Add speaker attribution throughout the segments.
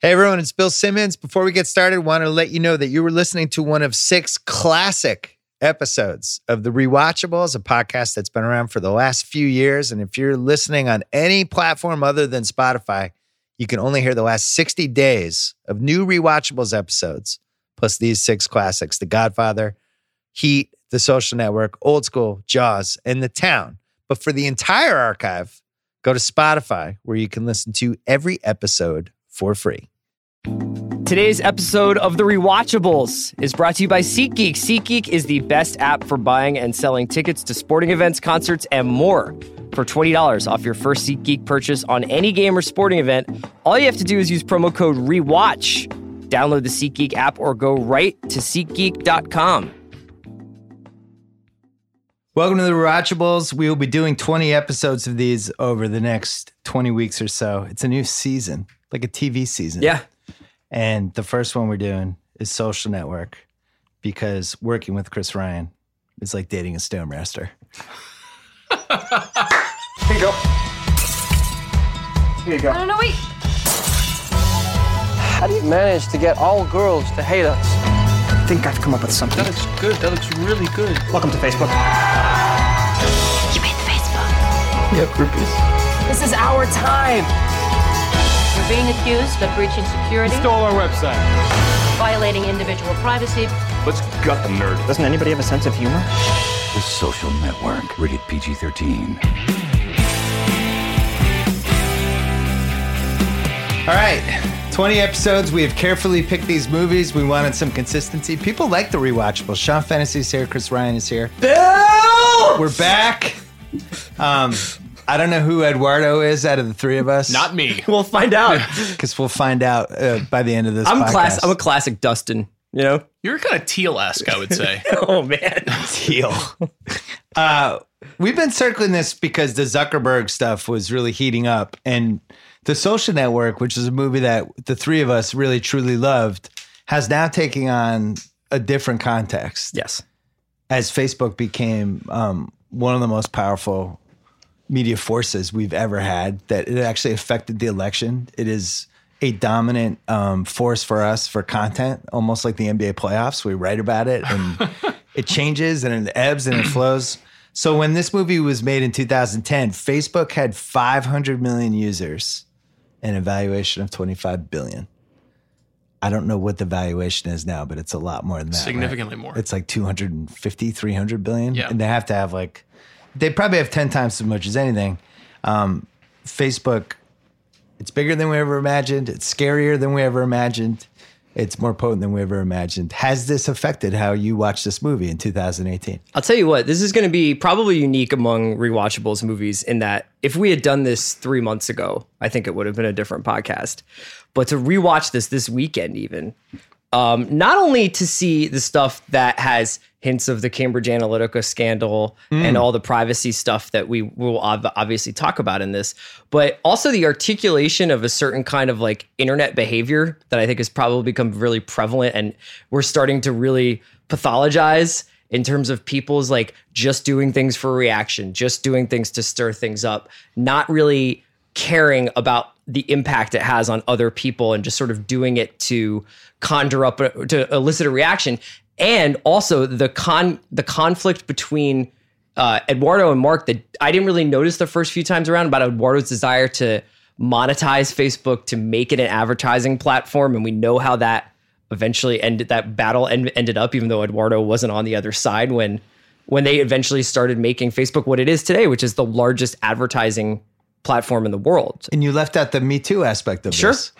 Speaker 1: Hey everyone, it's Bill Simmons. Before we get started, want to let you know that you were listening to one of six classic episodes of The Rewatchables, a podcast that's been around for the last few years. And if you're listening on any platform other than Spotify, you can only hear the last 60 days of new Rewatchables episodes, plus these six classics The Godfather, Heat, The Social Network, Old School, Jaws, and The Town. But for the entire archive, go to Spotify, where you can listen to every episode for free.
Speaker 2: Today's episode of The Rewatchables is brought to you by SeatGeek. SeatGeek is the best app for buying and selling tickets to sporting events, concerts, and more. For $20 off your first SeatGeek purchase on any game or sporting event, all you have to do is use promo code REWATCH. Download the SeatGeek app or go right to SeatGeek.com.
Speaker 1: Welcome to the Rewatchables. We will be doing 20 episodes of these over the next 20 weeks or so. It's a new season, like a TV season.
Speaker 2: Yeah.
Speaker 1: And the first one we're doing is Social Network because working with Chris Ryan is like dating a stone master.
Speaker 3: Here you go. Here you go.
Speaker 4: No, no, wait.
Speaker 3: How do you manage to get all girls to hate us?
Speaker 5: I think I've come up with something.
Speaker 6: That looks good. That looks really good.
Speaker 5: Welcome to Facebook.
Speaker 4: You made the Facebook.
Speaker 3: This is our time.
Speaker 7: You're being accused of breaching security,
Speaker 3: our website.
Speaker 7: violating individual privacy,
Speaker 6: Let's gut the nerd.
Speaker 5: Doesn't anybody have a sense of humor?
Speaker 8: The Social Network, rated PG 13.
Speaker 1: All right. 20 episodes. We have carefully picked these movies. We wanted some consistency. People like the rewatchables. Sean Fantasy's here. Chris Ryan is here. We're back. Um, I don't know who Eduardo is out of the three of us.
Speaker 6: Not me.
Speaker 2: We'll find out.
Speaker 1: because we'll find out uh, by the end of this.
Speaker 2: I'm
Speaker 1: podcast.
Speaker 2: class. I'm a classic Dustin. You know?
Speaker 6: You're kind of teal-esque, I would say.
Speaker 2: Oh man.
Speaker 1: deal. uh, we've been circling this because the Zuckerberg stuff was really heating up, and the Social Network, which is a movie that the three of us really truly loved, has now taking on a different context
Speaker 2: Yes.
Speaker 1: as Facebook became um, one of the most powerful media forces we've ever had, that it actually affected the election. It is a dominant um, force for us for content, almost like the NBA playoffs. We write about it and it changes and it ebbs and it flows. So when this movie was made in 2010, Facebook had 500 million users and a valuation of 25 billion. I don't know what the valuation is now, but it's a lot more than that. right?
Speaker 6: Significantly more.
Speaker 1: It's like 250, 300 billion.
Speaker 6: Yeah.
Speaker 1: And they have to have like, they probably have 10 times as much as anything. Um, Facebook, it's bigger than we ever imagined. It's scarier than we ever imagined. It's more potent than we ever imagined. Has this affected how you watch this movie in 2018?
Speaker 2: I'll tell you what, this is going to be probably unique among rewatchables movies in that if we had done this three months ago, I think it would have been a different podcast. But to rewatch this this weekend, even, um, not only to see the stuff that has hints of the Cambridge Analytica scandal and all the privacy stuff that we will ob- obviously talk about in this, but also the articulation of a certain kind of like internet behavior that I think has probably become really prevalent and we're starting to really pathologize in terms of people's like just doing things for reaction, just doing things to stir things up, not really caring about the impact it has on other people and just sort of doing it to conjure up to elicit a reaction and also the con the conflict between uh, Eduardo and Mark that I didn't really notice the first few times around about Eduardo's desire to monetize Facebook to make it an advertising platform and we know how that eventually ended that battle end, ended up even though Eduardo wasn't on the other side when when they eventually started making Facebook what it is today which is the largest advertising platform in the world
Speaker 1: And you left out the Me Too aspect of
Speaker 2: Sure.
Speaker 1: this,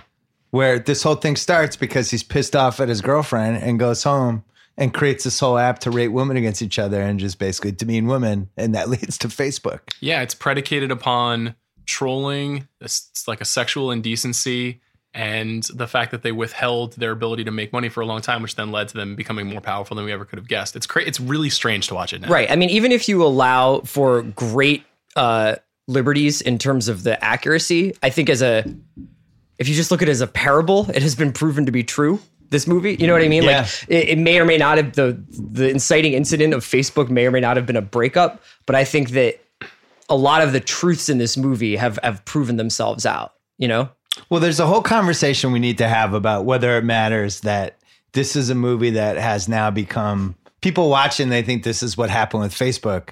Speaker 1: where this whole thing starts because he's pissed off at his girlfriend and goes home and creates this whole app to rate women against each other and just basically demean women. And that leads to Facebook.
Speaker 9: Yeah, it's predicated upon trolling. It's, it's like a sexual indecency and the fact that they withheld their ability to make money for a long time, which then led to them becoming more powerful than we ever could have guessed. It's cra- It's really strange to watch it now.
Speaker 2: Right. I mean, even if you allow for great uh, liberties in terms of the accuracy, I think as a, if you just look at it as a parable, it has been proven to be true. This movie, you know what I mean?
Speaker 1: Yeah.
Speaker 2: Like it, it may or may not have the the inciting incident of Facebook may or may not have been a breakup, but I think that a lot of the truths in this movie have have proven themselves out. You know,
Speaker 1: Well, there's a whole conversation we need to have about whether it matters that this is a movie that has now become people watching, they think this is what happened with Facebook.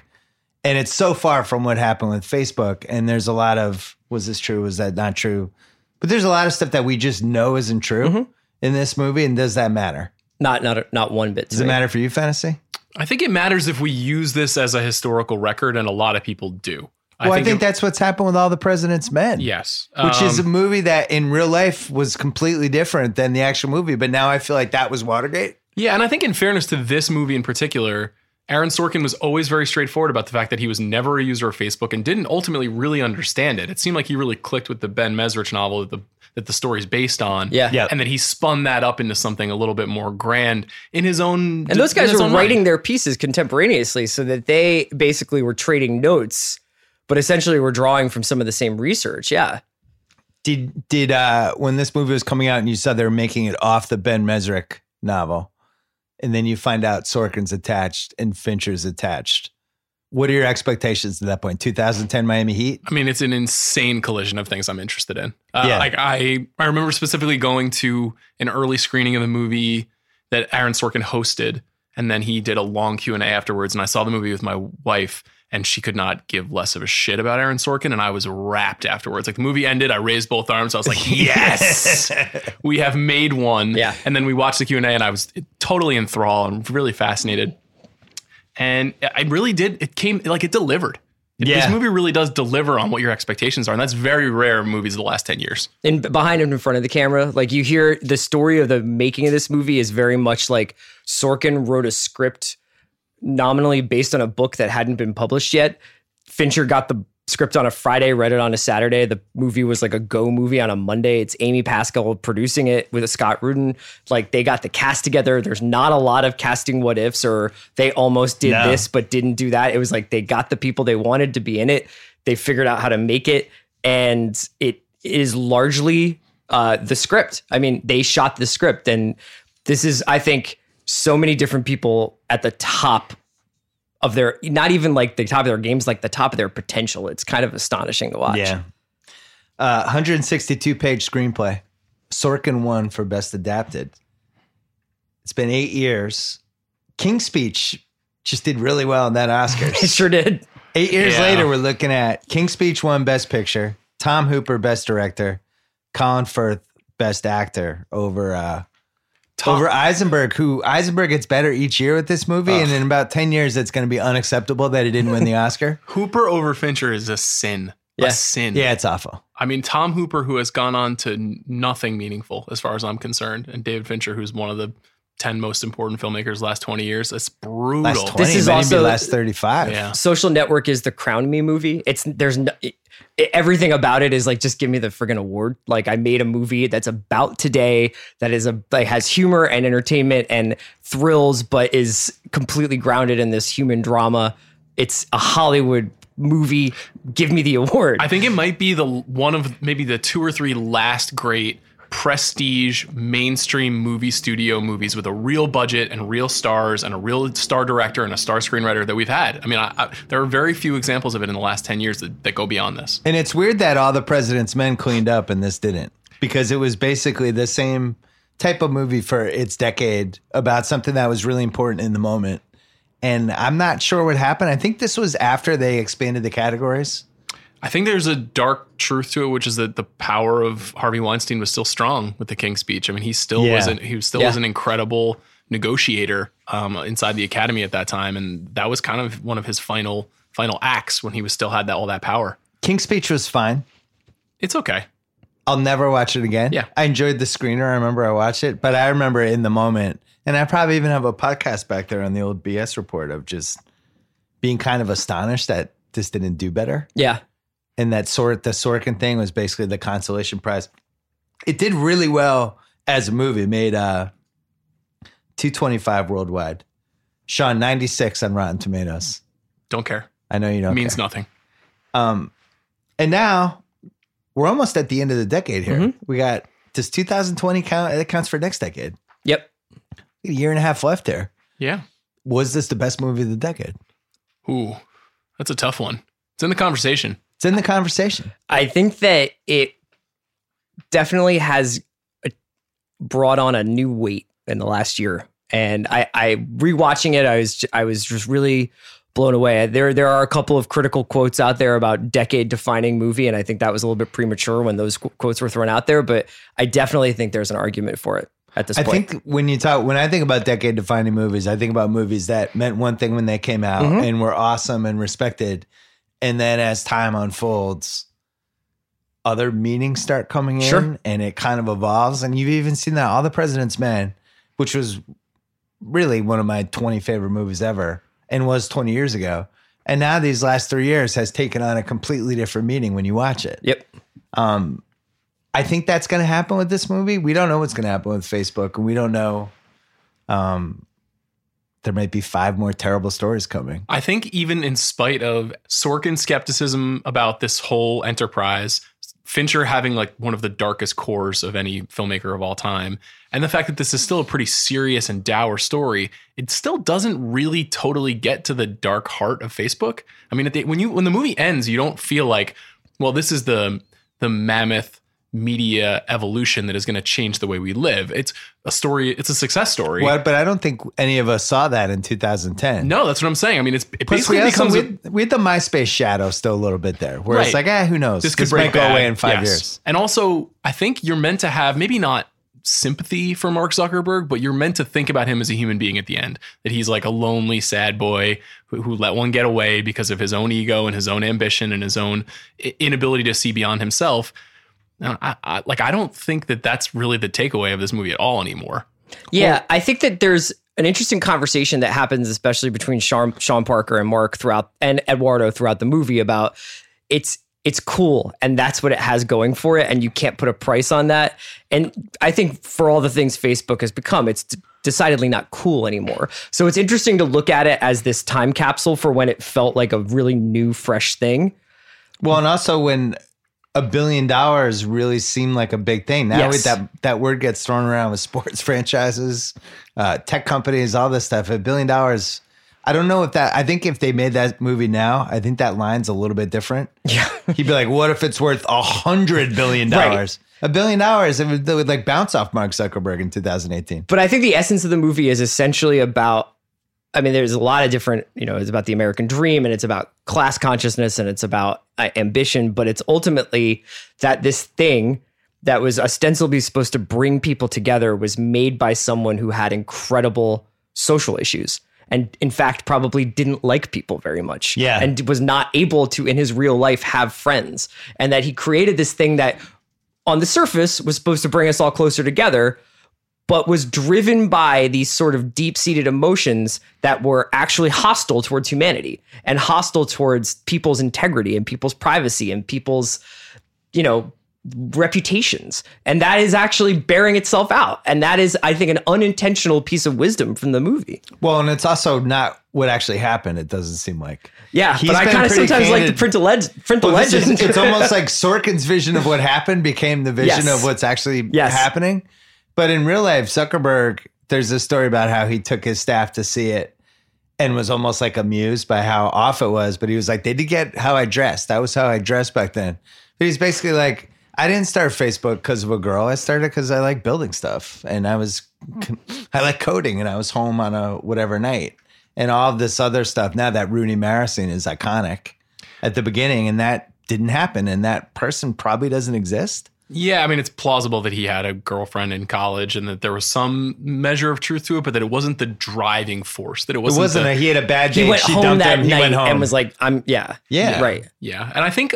Speaker 1: And it's so far from what happened with Facebook. And there's a lot of, was this true? Was that not true? But there's a lot of stuff that we just know isn't true in this movie. And does that matter?
Speaker 2: Not not not one bit. To
Speaker 1: Does it
Speaker 2: me.
Speaker 1: matter for you, fantasy?
Speaker 9: I think it matters if we use this as a historical record, and a lot of people do.
Speaker 1: Well, I think,
Speaker 9: it-
Speaker 1: that's what's happened with all the president's men.
Speaker 9: yes,
Speaker 1: Which is a
Speaker 9: Um,
Speaker 1: movie that in real life was completely different than the actual movie. But now I feel like that was Watergate.
Speaker 9: Yeah, and I think in fairness to this movie in particular, Aaron Sorkin was always very straightforward about the fact that he was never a user of Facebook and didn't ultimately really understand it. It seemed like he really clicked with the Ben Mesrich novel that the that the story's based on.
Speaker 2: Yeah. Yeah.
Speaker 9: And that he spun that up into something a little bit more grand in his own
Speaker 2: And those
Speaker 9: in
Speaker 2: guys
Speaker 9: his
Speaker 2: were
Speaker 9: own mind.
Speaker 2: writing their pieces contemporaneously so that they basically were trading notes, but essentially were drawing from some of the same research. Yeah.
Speaker 1: Did did uh when this movie was coming out and you saw they were making it off the Ben Mesrick novel, and then you find out Sorkin's attached and Fincher's attached. What are your expectations at that point? 2010 Miami Heat?
Speaker 9: I mean, it's an insane collision of things I'm interested in. Uh,
Speaker 1: Yeah.
Speaker 9: Like I, I remember specifically going to an early screening of the movie that Aaron Sorkin hosted, and then he did a long Q and A afterwards. And I saw the movie with my wife, and she could not give less of a shit about Aaron Sorkin, and I was wrapped afterwards. Like the movie ended, I raised both arms. I was like, yes, we have made one.
Speaker 2: Yeah.
Speaker 9: And then we watched the Q and A, and I was totally enthralled and really fascinated. And I really did. It came like it delivered.
Speaker 1: Yeah.
Speaker 9: This movie really does deliver on what your expectations are, and that's very rare in movies of the last 10 years.
Speaker 2: And b- behind and in front of the camera, like you hear the story of the making of this movie is very much like Sorkin wrote a script nominally based on a book that hadn't been published yet. Fincher got the script on a Friday, read it on a Saturday. The movie was like a go movie on a Monday. It's Amy Pascal producing it with Scott Rudin. Like they got the cast together. There's not a lot of casting what ifs or they almost did this but didn't do that. It was like they got the people they wanted to be in it. They figured out how to make it and it is largely uh, the script. I mean, they shot the script and this is I think so many different people at the top of their not even like the top of their games, like the top of their potential. It's kind of astonishing to watch.
Speaker 1: Uh 162 page screenplay. Sorkin won for best adapted. It's been eight years. King's Speech just did really well in that Oscars.
Speaker 2: It sure did.
Speaker 1: Eight years
Speaker 9: Yeah.
Speaker 1: later, we're looking at King's Speech won Best Picture, Tom Hooper Best Director, Colin Firth Best Actor over uh, over Eisenberg, who Eisenberg gets better each year with this movie, and in about ten years, it's going to be unacceptable that he didn't win the Oscar.
Speaker 9: Hooper over Fincher is a sin.
Speaker 2: Yeah.
Speaker 9: A sin.
Speaker 1: yeah, it's awful.
Speaker 9: I mean, Tom Hooper, who has gone on to n- nothing meaningful as far as I'm concerned, and David Fincher, who's one of the 10 most important filmmakers the last 20 years. It's brutal.
Speaker 1: Last twenty,
Speaker 2: is
Speaker 1: maybe
Speaker 2: also-
Speaker 1: last thirty-five.
Speaker 9: Yeah.
Speaker 2: Social Network is the crown me movie. It's there's no, it- everything about it is like just give me the friggin' award. Like I made a movie that's about today that is a like has humor and entertainment and thrills, but is completely grounded in this human drama. It's a Hollywood movie. Give me the award.
Speaker 9: I think it might be the one of maybe the two or three last great prestige mainstream movie studio movies with a real budget and real stars and a real star director and a star screenwriter that we've had. I mean, I, I, there are very few examples of it in the last 10 years that, that go beyond this.
Speaker 1: And it's weird that all the President's Men cleaned up and this didn't, because it was basically the same type of movie for its decade about something that was really important in the moment. And I'm not sure what happened. I think this was after they expanded the categories.
Speaker 9: I think there's a dark truth to it, which is that the power of Harvey Weinstein was still strong with the King's Speech. I mean, he still
Speaker 1: Yeah.
Speaker 9: was an, he was still
Speaker 2: Yeah.
Speaker 9: was an incredible negotiator um, inside the Academy at that time, and that was kind of one of his final final acts when he was still had that all that power.
Speaker 1: King's Speech was fine.
Speaker 9: It's okay.
Speaker 1: I'll never watch it again.
Speaker 9: Yeah.
Speaker 1: I enjoyed the screener. I remember I watched it, but I remember in the moment, and I probably even have a podcast back there on the old BS report of just being kind of astonished that this didn't do better.
Speaker 2: yeah.
Speaker 1: and that sort the Sorkin thing was basically the consolation prize. It did really well as a movie. It made uh 225 worldwide. Sean 96 on Rotten Tomatoes.
Speaker 9: Don't care.
Speaker 1: I know you don't.
Speaker 9: Means
Speaker 1: care.
Speaker 9: nothing.
Speaker 1: Um and now we're almost at the end of the decade here. We got does 2020 count? It counts for next decade.
Speaker 2: Yep.
Speaker 1: A year and a half left there.
Speaker 9: Yeah.
Speaker 1: Was this the best movie of the decade?
Speaker 9: Ooh, that's a tough one. It's in the conversation.
Speaker 1: It's in the conversation.
Speaker 2: I think that it definitely has uh, brought on a new weight in the last year. And I, I rewatching it, I was j- I was just really blown away. There there are a couple of critical quotes out there about decade defining movie, and I think that was a little bit premature when those qu- quotes were thrown out there. But I definitely think there's an argument for it at this
Speaker 1: I
Speaker 2: point.
Speaker 1: think when you talk, when I think about decade defining movies, I think about movies that meant one thing when they came out
Speaker 2: Mhm.
Speaker 1: and were awesome and respected. And then as time unfolds, other meanings start coming in
Speaker 2: Sure.
Speaker 1: and it kind of evolves. And you've even seen that All the President's Men, which was really one of my 20 favorite movies ever and was 20 years ago. And now these last three years has taken on a completely different meaning when you watch it.
Speaker 2: yep.
Speaker 1: Um, I think that's going to happen with this movie. We don't know what's going to happen with Facebook, and we don't know. Um, there might be five more terrible stories coming.
Speaker 9: I think even in spite of Sorkin's skepticism about this whole enterprise, Fincher having like one of the darkest cores of any filmmaker of all time, and the fact that this is still a pretty serious and dour story, it still doesn't really totally get to the dark heart of Facebook. I mean, at the, when you when the movie ends, you don't feel like, well, this is the the mammoth media evolution that is going to change the way we live. It's a story. It's a success story.
Speaker 1: Well, but I don't think any of us saw that in 2010.
Speaker 9: No, that's what I'm saying. I mean, it's it
Speaker 1: Plus, we
Speaker 9: basically
Speaker 1: had, some,
Speaker 9: becomes
Speaker 1: we,
Speaker 9: a-
Speaker 1: had, we had the MySpace shadow still a little bit there, where it's
Speaker 9: Right.
Speaker 1: like, ah, who knows?
Speaker 9: this could
Speaker 1: might
Speaker 9: break
Speaker 1: go
Speaker 9: bad.
Speaker 1: away in five
Speaker 9: Yes.
Speaker 1: years.
Speaker 9: And also, I think you're meant to have maybe not sympathy for Mark Zuckerberg, but you're meant to think about him as a human being at the end. That he's like a lonely, sad boy who, who let one get away because of his own ego and his own ambition and his own i- inability to see beyond himself. Now, I, I, like, I don't think that that's really the takeaway of this movie at all anymore.
Speaker 2: Yeah, I think that there's an interesting conversation that happens, especially between Sean, Sean Parker and Mark throughout and Eduardo throughout the movie about it's it's cool and that's what it has going for it, and you can't put a price on that. And I think for all the things Facebook has become, it's d- decidedly not cool anymore. So it's interesting to look at it as this time capsule for when it felt like a really new, fresh thing.
Speaker 1: Well, and also when a billion dollars really seemed like a big thing. Now
Speaker 2: Yes.
Speaker 1: with that that word gets thrown around with sports franchises, uh, tech companies, all this stuff. A billion dollars. I don't know if that. I think if they made that movie now, I think that line's a little bit different.
Speaker 2: Yeah.
Speaker 1: He'd be like, "What if it's worth a hundred billion dollars? A billion dollars? It would, it would like bounce off Mark Zuckerberg in 2018."
Speaker 2: But I think the essence of the movie is essentially about. I mean, there's a lot of different, you know, it's about the American dream and it's about class consciousness and it's about uh, ambition, but it's ultimately that this thing that was ostensibly supposed to bring people together was made by someone who had incredible social issues and, in fact, probably didn't like people very much
Speaker 1: Yeah.
Speaker 2: and was not able to, in his real life, have friends. And that he created this thing that on the surface was supposed to bring us all closer together, but was driven by these sort of deep seated emotions that were actually hostile towards humanity and hostile towards people's integrity and people's privacy and people's, you know, reputations. And that is actually bearing itself out. And that is, I think, an unintentional piece of wisdom from the movie.
Speaker 1: Well, and it's also not what actually happened. It doesn't seem like.
Speaker 2: Yeah.
Speaker 1: He's
Speaker 2: but I
Speaker 1: been
Speaker 2: kind of
Speaker 1: pretty
Speaker 2: sometimes like to
Speaker 1: candid.
Speaker 2: print a, leg- print
Speaker 1: Well,
Speaker 2: a
Speaker 1: this is-
Speaker 2: legend.
Speaker 1: it's almost like Sorkin's vision of what happened became the vision
Speaker 2: Yes.
Speaker 1: of what's actually
Speaker 2: Yes.
Speaker 1: happening. But in real life, Zuckerberg, there's a story about how he took his staff to see it and was almost like amused by how off it was. But he was like, they did get how I dressed. That was how I dressed back then. But he's basically like, I didn't start Facebook because of a girl. I started because I like building stuff and I was, I like coding and I was home on a whatever night and all this other stuff. Now that Rooney Mara scene is iconic at the beginning and that didn't happen and that person probably doesn't exist.
Speaker 9: Yeah, I mean, it's plausible that he had a girlfriend in college and that there was some measure of truth to it, but that it wasn't the driving force. That it
Speaker 1: It
Speaker 9: wasn't.
Speaker 1: wasn't
Speaker 9: the-
Speaker 1: a, he had a bad day.
Speaker 2: he went
Speaker 1: she
Speaker 2: home
Speaker 1: dumped
Speaker 2: that
Speaker 1: him. He
Speaker 2: night
Speaker 1: went home.
Speaker 2: and was like, I'm, yeah.
Speaker 1: Yeah.
Speaker 2: Right.
Speaker 9: Yeah. And I think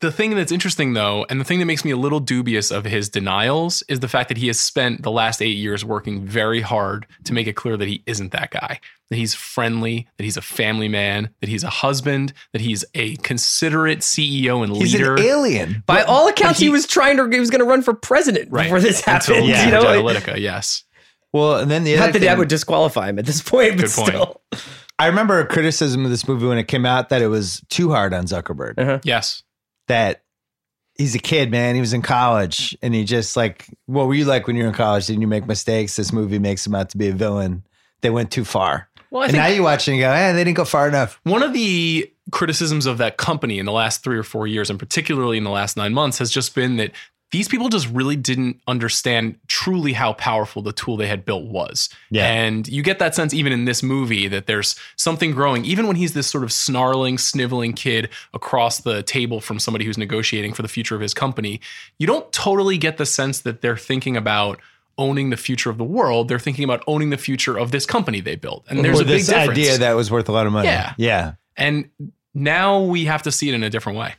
Speaker 9: the thing that's interesting, though, and the thing that makes me a little dubious of his denials is the fact that he has spent the last eight years working very hard to make it clear that he isn't that guy, that he's friendly, that he's a family man, that he's a husband, that he's a considerate CEO and
Speaker 1: he's
Speaker 9: leader.
Speaker 1: an alien.
Speaker 2: By all accounts, he,
Speaker 9: he-
Speaker 2: was trying to he was going to run for president
Speaker 9: Right.
Speaker 2: before this
Speaker 9: Until
Speaker 2: happened.
Speaker 1: yeah.
Speaker 2: you know,
Speaker 9: Cambridge
Speaker 2: like,
Speaker 9: Analytica, yes.
Speaker 1: Well, and then the other
Speaker 2: not that
Speaker 1: thing,
Speaker 2: that would disqualify him at this point, but
Speaker 9: Good point.
Speaker 2: still,
Speaker 1: I remember a criticism of this movie when it came out that it was too hard on Zuckerberg.
Speaker 9: Yes.
Speaker 1: That he's a kid, man. He was in college and he just like, what were you like when you were in college? Didn't you make mistakes? This movie makes him out to be a villain. They went too far.
Speaker 9: Well, I
Speaker 1: and
Speaker 9: think-
Speaker 1: now you watch it and you go, eh, they didn't go far enough.
Speaker 9: One of the criticisms of that company in the last three or four years, and particularly in the last nine months, has just been that these people just really didn't understand truly how powerful the tool they had built was.
Speaker 1: Yeah.
Speaker 9: And you get that sense even in this movie that there's something growing, even when he's this sort of snarling, sniveling kid across the table from somebody who's negotiating for the future of his company. You don't totally get the sense that they're thinking about owning the future of the world. They're thinking about owning the future of this company they built. And there's
Speaker 1: Or
Speaker 9: a big
Speaker 1: this
Speaker 9: difference.
Speaker 1: idea that was worth a lot of money.
Speaker 9: Yeah.
Speaker 1: Yeah.
Speaker 9: and now we have to see it in a different way.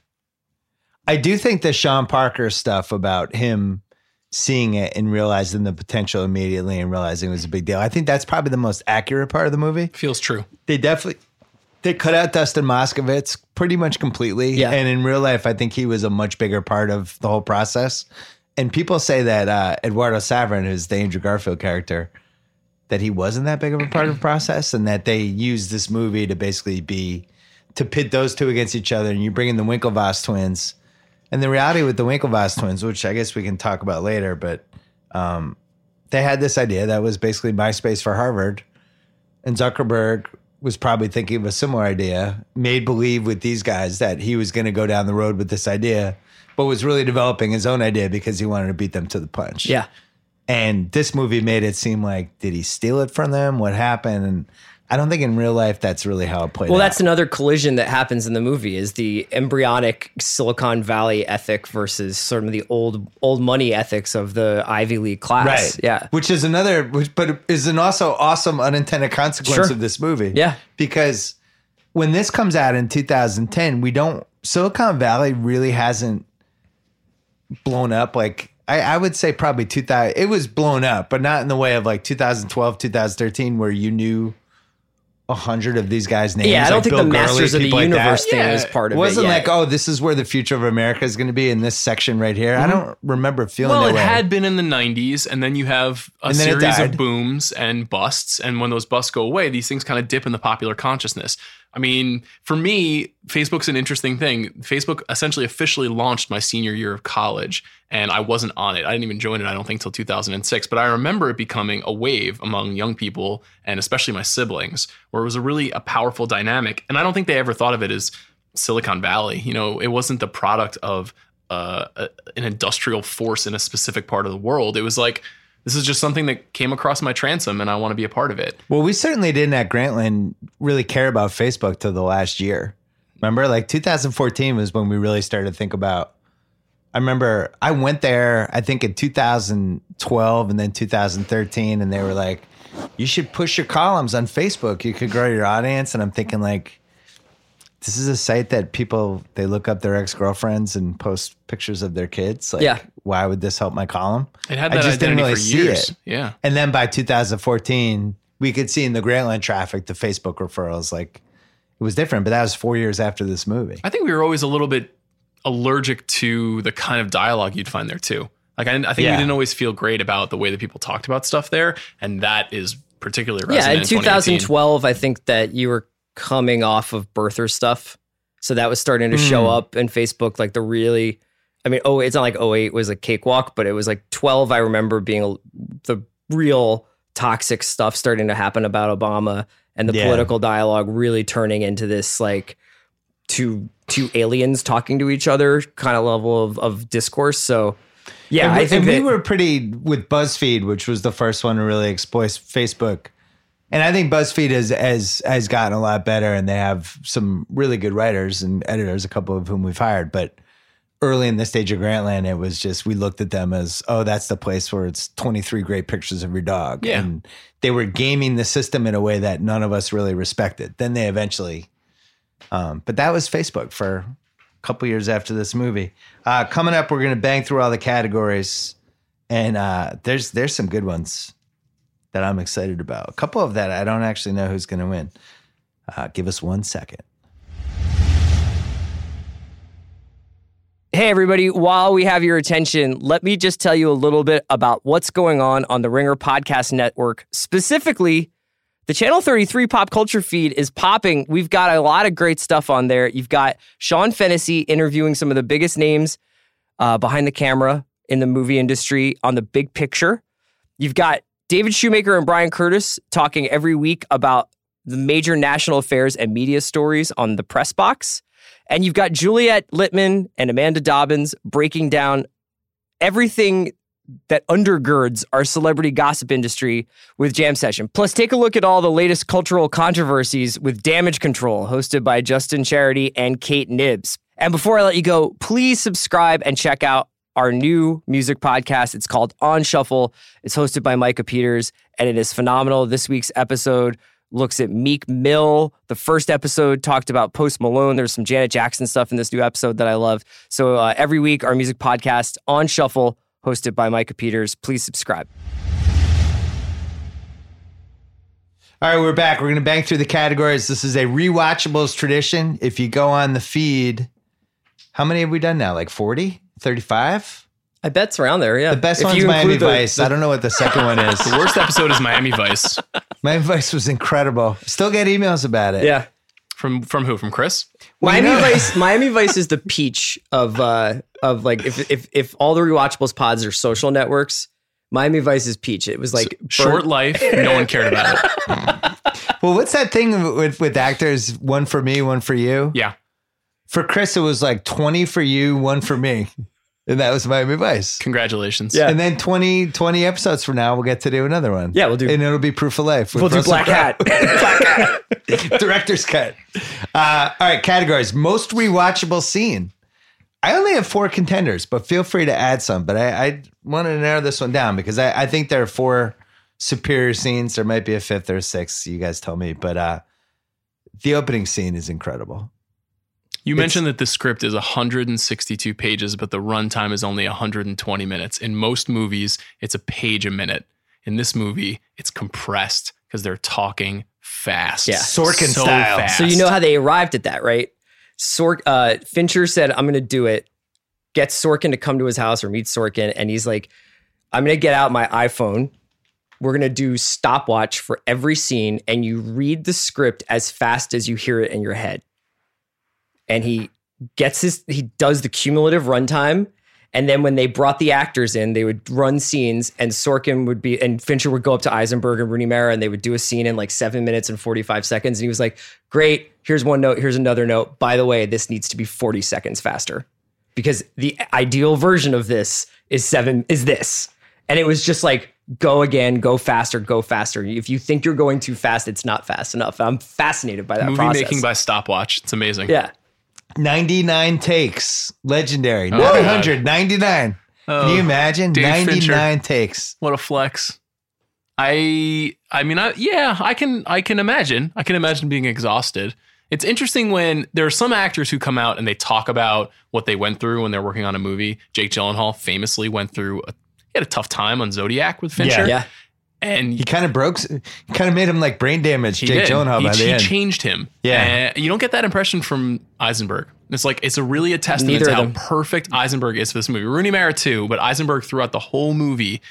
Speaker 1: I do think the Sean Parker stuff about him seeing it and realizing the potential immediately and realizing it was a big deal. I think that's probably the most accurate part of the movie.
Speaker 9: Feels true.
Speaker 1: They definitely they cut out Dustin Moskovitz pretty much completely.
Speaker 2: Yeah.
Speaker 1: And in real life, I think he was a much bigger part of the whole process. And people say that uh, Eduardo Saverin, who's the Andrew Garfield character, that he wasn't that big of a part of the process and that they used this movie to basically be to pit those two against each other and you bring in the Winklevoss twins. And the reality with the Winklevoss twins, which I guess we can talk about later, but um, they had this idea that was basically MySpace for Harvard. And Zuckerberg was probably thinking of a similar idea, made believe with these guys that he was going to go down the road with this idea, but was really developing his own idea because he wanted to beat them to the punch.
Speaker 2: Yeah.
Speaker 1: And this movie made it seem like, did he steal it from them? What happened? And I don't think in real life that's really how it played
Speaker 2: Well,
Speaker 1: out.
Speaker 2: that's another collision that happens in the movie is the embryonic Silicon Valley ethic versus sort of the old old money ethics of the Ivy League class.
Speaker 1: Right.
Speaker 2: Yeah.
Speaker 1: Which is another, which, but is an also awesome unintended consequence
Speaker 2: Sure.
Speaker 1: of this movie.
Speaker 2: Yeah.
Speaker 1: Because when this comes out in 2010, we don't, Silicon Valley really hasn't blown up. Like, I, I would say probably 2000, it was blown up, but not in the way of like 2012, 2013, where you knew a hundred of these guys' names.
Speaker 2: Yeah, I don't
Speaker 1: like
Speaker 2: think
Speaker 1: Bill
Speaker 2: the
Speaker 1: Gurley,
Speaker 2: Masters of the
Speaker 1: people like that.
Speaker 2: Universe thing was part of it
Speaker 1: wasn't
Speaker 2: yet.
Speaker 1: like, oh, this is where the future of America is going to be in this section right here.
Speaker 2: Mm-hmm.
Speaker 1: I don't remember feeling
Speaker 9: Well,
Speaker 1: that
Speaker 9: it
Speaker 1: way.
Speaker 9: had been in the 90s, and then you have a
Speaker 1: And then it
Speaker 9: series
Speaker 1: died.
Speaker 9: of booms and busts. And when those busts go away, these things kind of dip in the popular consciousness. I mean, for me, Facebook's an interesting thing. Facebook essentially officially launched my senior year of college, and I wasn't on it. I didn't even join it, I don't think, till 2006. But I remember it becoming a wave among young people, and especially my siblings, where it was a really a powerful dynamic. And I don't think they ever thought of it as Silicon Valley. You know, it wasn't the product of uh, a, an industrial force in a specific part of the world. It was like this is just something that came across my transom, and I want to be a part of it.
Speaker 1: Well, we certainly didn't at Grantland really care about Facebook till the last year. Remember, like 2014 was when we really started to think about. I remember I went there, I think in 2012 and then 2013, and they were like, you should push your columns on Facebook. You could grow your audience. And I'm thinking, like, this is a site that people they look up their ex girlfriends and post pictures of their kids. Like,
Speaker 2: Yeah.
Speaker 1: why would this help my column?
Speaker 9: It had
Speaker 1: I
Speaker 9: that
Speaker 1: just didn't
Speaker 9: identity
Speaker 1: really
Speaker 9: for
Speaker 1: see
Speaker 9: years.
Speaker 1: it.
Speaker 9: Yeah,
Speaker 1: And then by 2014, we could see in the Grantland traffic the Facebook referrals. Like it was different, but that was four years after this movie.
Speaker 9: I think we were always a little bit allergic to the kind of dialogue you'd find there too. Like I, I think
Speaker 1: Yeah.
Speaker 9: we didn't always feel great about the way that people talked about stuff there, and that is particularly
Speaker 2: Yeah,
Speaker 9: resonant
Speaker 2: in
Speaker 9: 2018.
Speaker 2: 2012, I think that you were coming off of birther stuff. So that was starting to show
Speaker 1: Hmm.
Speaker 2: up in Facebook, like the really, I mean, oh, it's not like 08 was a cakewalk, but it was like 12. I remember being a, the real toxic stuff starting to happen about Obama and the
Speaker 1: Yeah.
Speaker 2: political dialogue really turning into this like two two aliens talking to each other kind of level of, of discourse. So yeah,
Speaker 1: and we,
Speaker 2: I think
Speaker 1: and we
Speaker 2: that-
Speaker 1: were pretty with BuzzFeed, which was the first one to really exploit Facebook. And I think BuzzFeed has has has gotten a lot better, and they have some really good writers and editors, a couple of whom we've hired. But early in the stage of Grantland, it was just we looked at them as, oh, that's the place where it's twenty three great pictures of your dog,
Speaker 9: Yeah.
Speaker 1: and they were gaming the system in a way that none of us really respected. Then they eventually, um, but that was Facebook for a couple years after this movie. Uh, coming up, we're gonna bang through all the categories, and uh, there's there's some good ones that I'm excited about. A couple of that I don't actually know who's going to win. Uh, give us one second.
Speaker 2: Hey, everybody, while we have your attention, let me just tell you a little bit about what's going on on the Ringer Podcast Network. Specifically, the Channel 33 pop culture feed is popping. We've got a lot of great stuff on there. You've got Sean Fennessy interviewing some of the biggest names uh, behind the camera in the movie industry on the big picture. You've got David Shoemaker and Brian Curtis talking every week about the major national affairs and media stories on the press box. And you've got Juliet Littman and Amanda Dobbins breaking down everything that undergirds our celebrity gossip industry with Jam Session. Plus, take a look at all the latest cultural controversies with Damage Control, hosted by Justin Charity and Kate Nibbs. And before I let you go, please subscribe and check out our new music podcast. It's called On Shuffle. It's hosted by Micah Peters, and it is phenomenal. This week's episode looks at Meek Mill. The first episode talked about Post Malone. There's some Janet Jackson stuff in this new episode that I love. So uh, every week, our music podcast on Shuffle, hosted by Micah Peters. Please subscribe.
Speaker 1: All right, we're back. We're going to bang through the categories. This is a rewatchables tradition. If you go on the feed, how many have we done now? Like 40, 35?
Speaker 2: I bet it's around there. Yeah,
Speaker 1: The best one's Miami Vice. I don't know what the second one is.
Speaker 9: The worst episode is Miami Vice.
Speaker 1: Miami Vice was incredible. Still get emails about it.
Speaker 2: yeah.
Speaker 9: From from who? From Chris?
Speaker 2: Miami
Speaker 1: know-
Speaker 2: Vice. Miami Vice is the peach of uh of like if if if all the rewatchables pods are social networks, Miami Vice is peach. It was like
Speaker 9: Short life. No one cared about it.
Speaker 1: Well, what's that thing with, with actors? One for me, one for you.
Speaker 9: Yeah.
Speaker 1: For Chris, it was like 20 for you, one for me. And that was Miami Vice.
Speaker 9: Congratulations.
Speaker 2: Yeah.
Speaker 1: And then 20, 20 episodes from now, we'll get to do another one.
Speaker 2: Yeah, we'll do-
Speaker 1: And it'll be Proof of Life. with
Speaker 2: We'll do
Speaker 1: Russell
Speaker 2: Black
Speaker 1: Crowe.
Speaker 2: Hat. Black Hat.
Speaker 1: Director's cut. Uh, all right, categories. Most rewatchable scene. I only have four contenders, but feel free to add some. But I, I wanted to narrow this one down because I, I think there are four superior scenes. There might be a fifth or a sixth. You guys tell me. But uh, the opening scene is incredible.
Speaker 9: You mentioned that the script is 162 pages, but the runtime is only 120 minutes. In most movies, it's a page a minute. In this movie, it's compressed because they're talking fast.
Speaker 2: Yeah.
Speaker 1: Sorkin style.
Speaker 2: So you know how they arrived at that, right? Sork uh, Fincher said, "I'm going to do it." Gets Sorkin to come to his house or meet Sorkin, and he's like, "I'm going to get out my iPhone. We're going to do stopwatch for every scene, and you read the script as fast as you hear it in your head." And he gets his he does the cumulative runtime. And then when they brought the actors in, they would run scenes and Sorkin would be and Fincher would go up to Eisenberg and Rooney Mara and they would do a scene in like seven minutes and 45 seconds. And he was like, Great, here's one note, here's another note. By the way, this needs to be 40 seconds faster. Because the ideal version of this is seven is this. And it was just like, go again, go faster, go faster. If you think you're going too fast, it's not fast enough. I'm fascinated by that
Speaker 9: movie
Speaker 2: process.
Speaker 9: making by stopwatch. It's amazing.
Speaker 2: yeah.
Speaker 1: 99 takes. Legendary.
Speaker 9: Oh, my God.
Speaker 1: 900, 99. Can you imagine?
Speaker 9: Dave
Speaker 1: 99
Speaker 9: Fincher.
Speaker 1: takes.
Speaker 9: What a flex. I I mean I yeah, I can I can imagine. I can imagine being exhausted. It's interesting when there are some actors who come out and they talk about what they went through when they're working on a movie. Jake Gyllenhaal famously went through a, he had a tough time on Zodiac with Fincher.
Speaker 2: Yeah.
Speaker 9: And
Speaker 1: He kind of broke, he kind of made him like brain damage,
Speaker 9: he
Speaker 1: Jake
Speaker 9: did.
Speaker 1: Gyllenhaal
Speaker 9: he,
Speaker 1: by the
Speaker 9: he
Speaker 1: end.
Speaker 9: changed him.
Speaker 1: Yeah.
Speaker 9: Uh, you don't get that impression from Eisenberg. It's like it's a really a testament
Speaker 2: Neither
Speaker 9: to
Speaker 2: of
Speaker 9: how
Speaker 2: them.
Speaker 9: perfect Eisenberg is for this movie. Rooney Mara too, but Eisenberg throughout the whole movie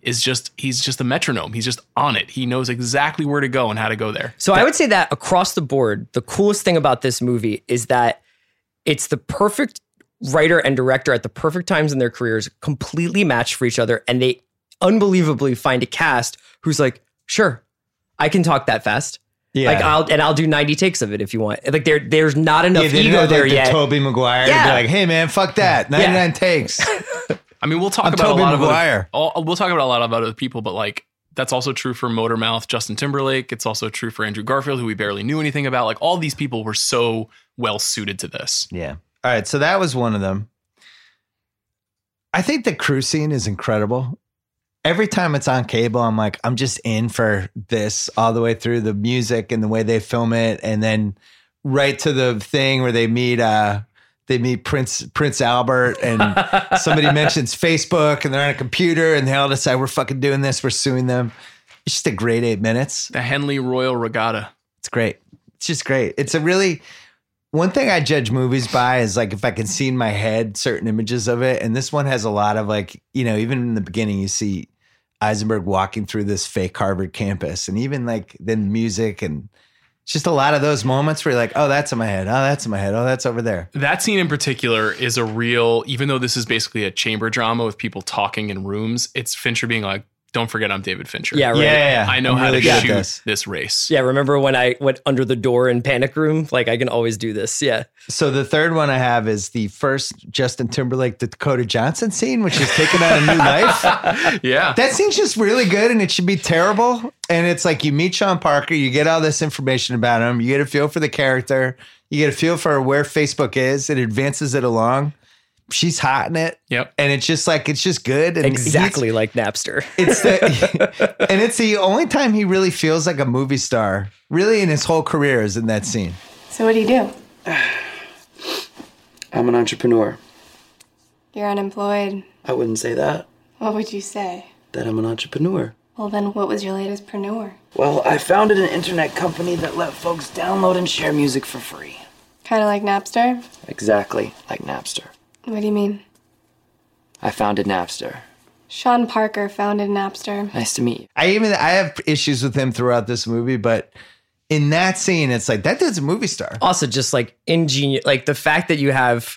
Speaker 9: is just he's just a metronome. He's just on it. He knows exactly where to go and how to go there.
Speaker 2: So I would say that across the board, the coolest thing about this movie is that it's the perfect writer and director at the perfect times in their careers, completely matched for each other, and they unbelievably find a cast who's like, sure, I can talk that fast.
Speaker 1: yeah.
Speaker 2: Like I'll and I'll do 90 takes of it if you want. Like there there's not enough
Speaker 1: Yeah, they didn't
Speaker 2: ego
Speaker 1: have,
Speaker 2: there
Speaker 1: like,
Speaker 2: yet.
Speaker 1: The Toby Maguire to be
Speaker 2: Yeah.
Speaker 1: like, hey man, fuck that. 99 takes.
Speaker 9: I mean, we'll talk
Speaker 1: I'm
Speaker 9: about
Speaker 1: Tobey
Speaker 9: a lot of
Speaker 1: Maguire.
Speaker 9: other, all, we'll talk about a lot of other people, but like that's also true for Motormouth, Justin Timberlake. It's also true for Andrew Garfield, who we barely knew anything about. Like all these people were so well suited to this.
Speaker 1: yeah. All right. So that was one of them. I think the crew scene is incredible. Every time it's on cable, I'm like, I'm just in for this all the way through the music and the way they film it, and then right to the thing where they meet uh they meet Prince Prince Albert and somebody mentions Facebook and they're on a computer and they all decide we're fucking doing this, we're suing them. It's just a great eight minutes.
Speaker 9: The Henley Royal Regatta.
Speaker 1: It's great. It's just great. It's a really one thing I judge movies by is like if I can see in my head certain images of it. And this one has a lot of like, you know, even in the beginning, you see Eisenberg walking through this fake Harvard campus and even like then music and it's just a lot of those moments where you're like, oh, that's in my head. Oh, that's in my head. Oh, that's over there.
Speaker 9: That scene in particular is a real, even though this is basically a chamber drama with people talking in rooms, it's Fincher being like, don't forget I'm David Fincher.
Speaker 2: Yeah, right.
Speaker 1: Yeah, yeah, yeah.
Speaker 9: I know
Speaker 1: I'm
Speaker 9: how
Speaker 1: really good
Speaker 9: to
Speaker 1: at
Speaker 9: shoot
Speaker 1: this.
Speaker 9: this, race.
Speaker 2: Yeah, remember when I went under the door in Panic Room? Like I can always do this. Yeah.
Speaker 1: So the third one I have is the first Justin Timberlake Dakota Johnson scene, which is taken on a new life.
Speaker 9: Yeah.
Speaker 1: That scene's just really good and it should be terrible. And it's like you meet Sean Parker, you get all this information about him, you get a feel for the character, you get a feel for where Facebook is, it advances it along. She's hot in it.
Speaker 9: Yep.
Speaker 1: And it's just like it's just good. And he's-
Speaker 2: Exactly like Napster.
Speaker 1: It's the and it's the only time he really feels like a movie star, really in his whole career is in that scene.
Speaker 10: So what do you do?
Speaker 5: I'm an entrepreneur.
Speaker 10: You're unemployed.
Speaker 5: I wouldn't say that,
Speaker 10: What would you say?
Speaker 5: that I'm an entrepreneur.
Speaker 10: Well, then, what was your latest preneur?
Speaker 5: Well, I founded an internet company that let folks download and share music for free.
Speaker 10: Kind of like Napster?
Speaker 5: Exactly like Napster.
Speaker 10: What do you mean?
Speaker 5: I founded Napster.
Speaker 10: Sean Parker founded Napster.
Speaker 5: Nice to meet you.
Speaker 1: I even I have issues with him throughout this movie, but in that scene, it's like that dude's a movie star.
Speaker 2: also just like ingenious like the fact that you have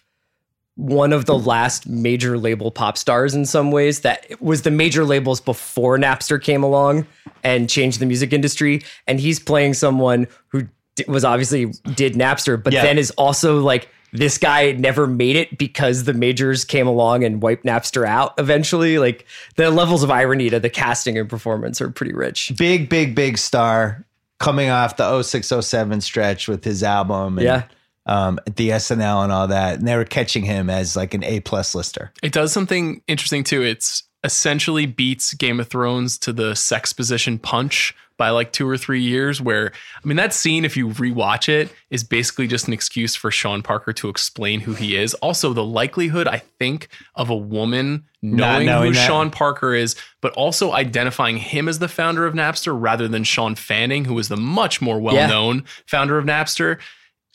Speaker 2: one of the last major label pop stars in some ways that was the major labels before Napster came along and changed the music industry and he's playing someone who di- was obviously did Napster but
Speaker 1: Yeah.
Speaker 2: then is also like this guy never made it because the majors came along and wiped Napster out eventually like the levels of irony to the casting and performance are pretty rich
Speaker 1: Big, big, big star coming off the 0607 stretch with his album and
Speaker 2: Yeah.
Speaker 1: um the SNL and all that. And they were catching him as like an A plus lister.
Speaker 9: It does something interesting too. It's essentially beats Game of Thrones to the sex position punch by like two or three years. Where I mean, that scene, if you rewatch it, is basically just an excuse for Sean Parker to explain who he is. Also, the likelihood, I think, of a woman knowing,
Speaker 1: knowing
Speaker 9: who
Speaker 1: that.
Speaker 9: Sean Parker is, but also identifying him as the founder of Napster rather than Sean Fanning, who is the much more well known founder of Napster,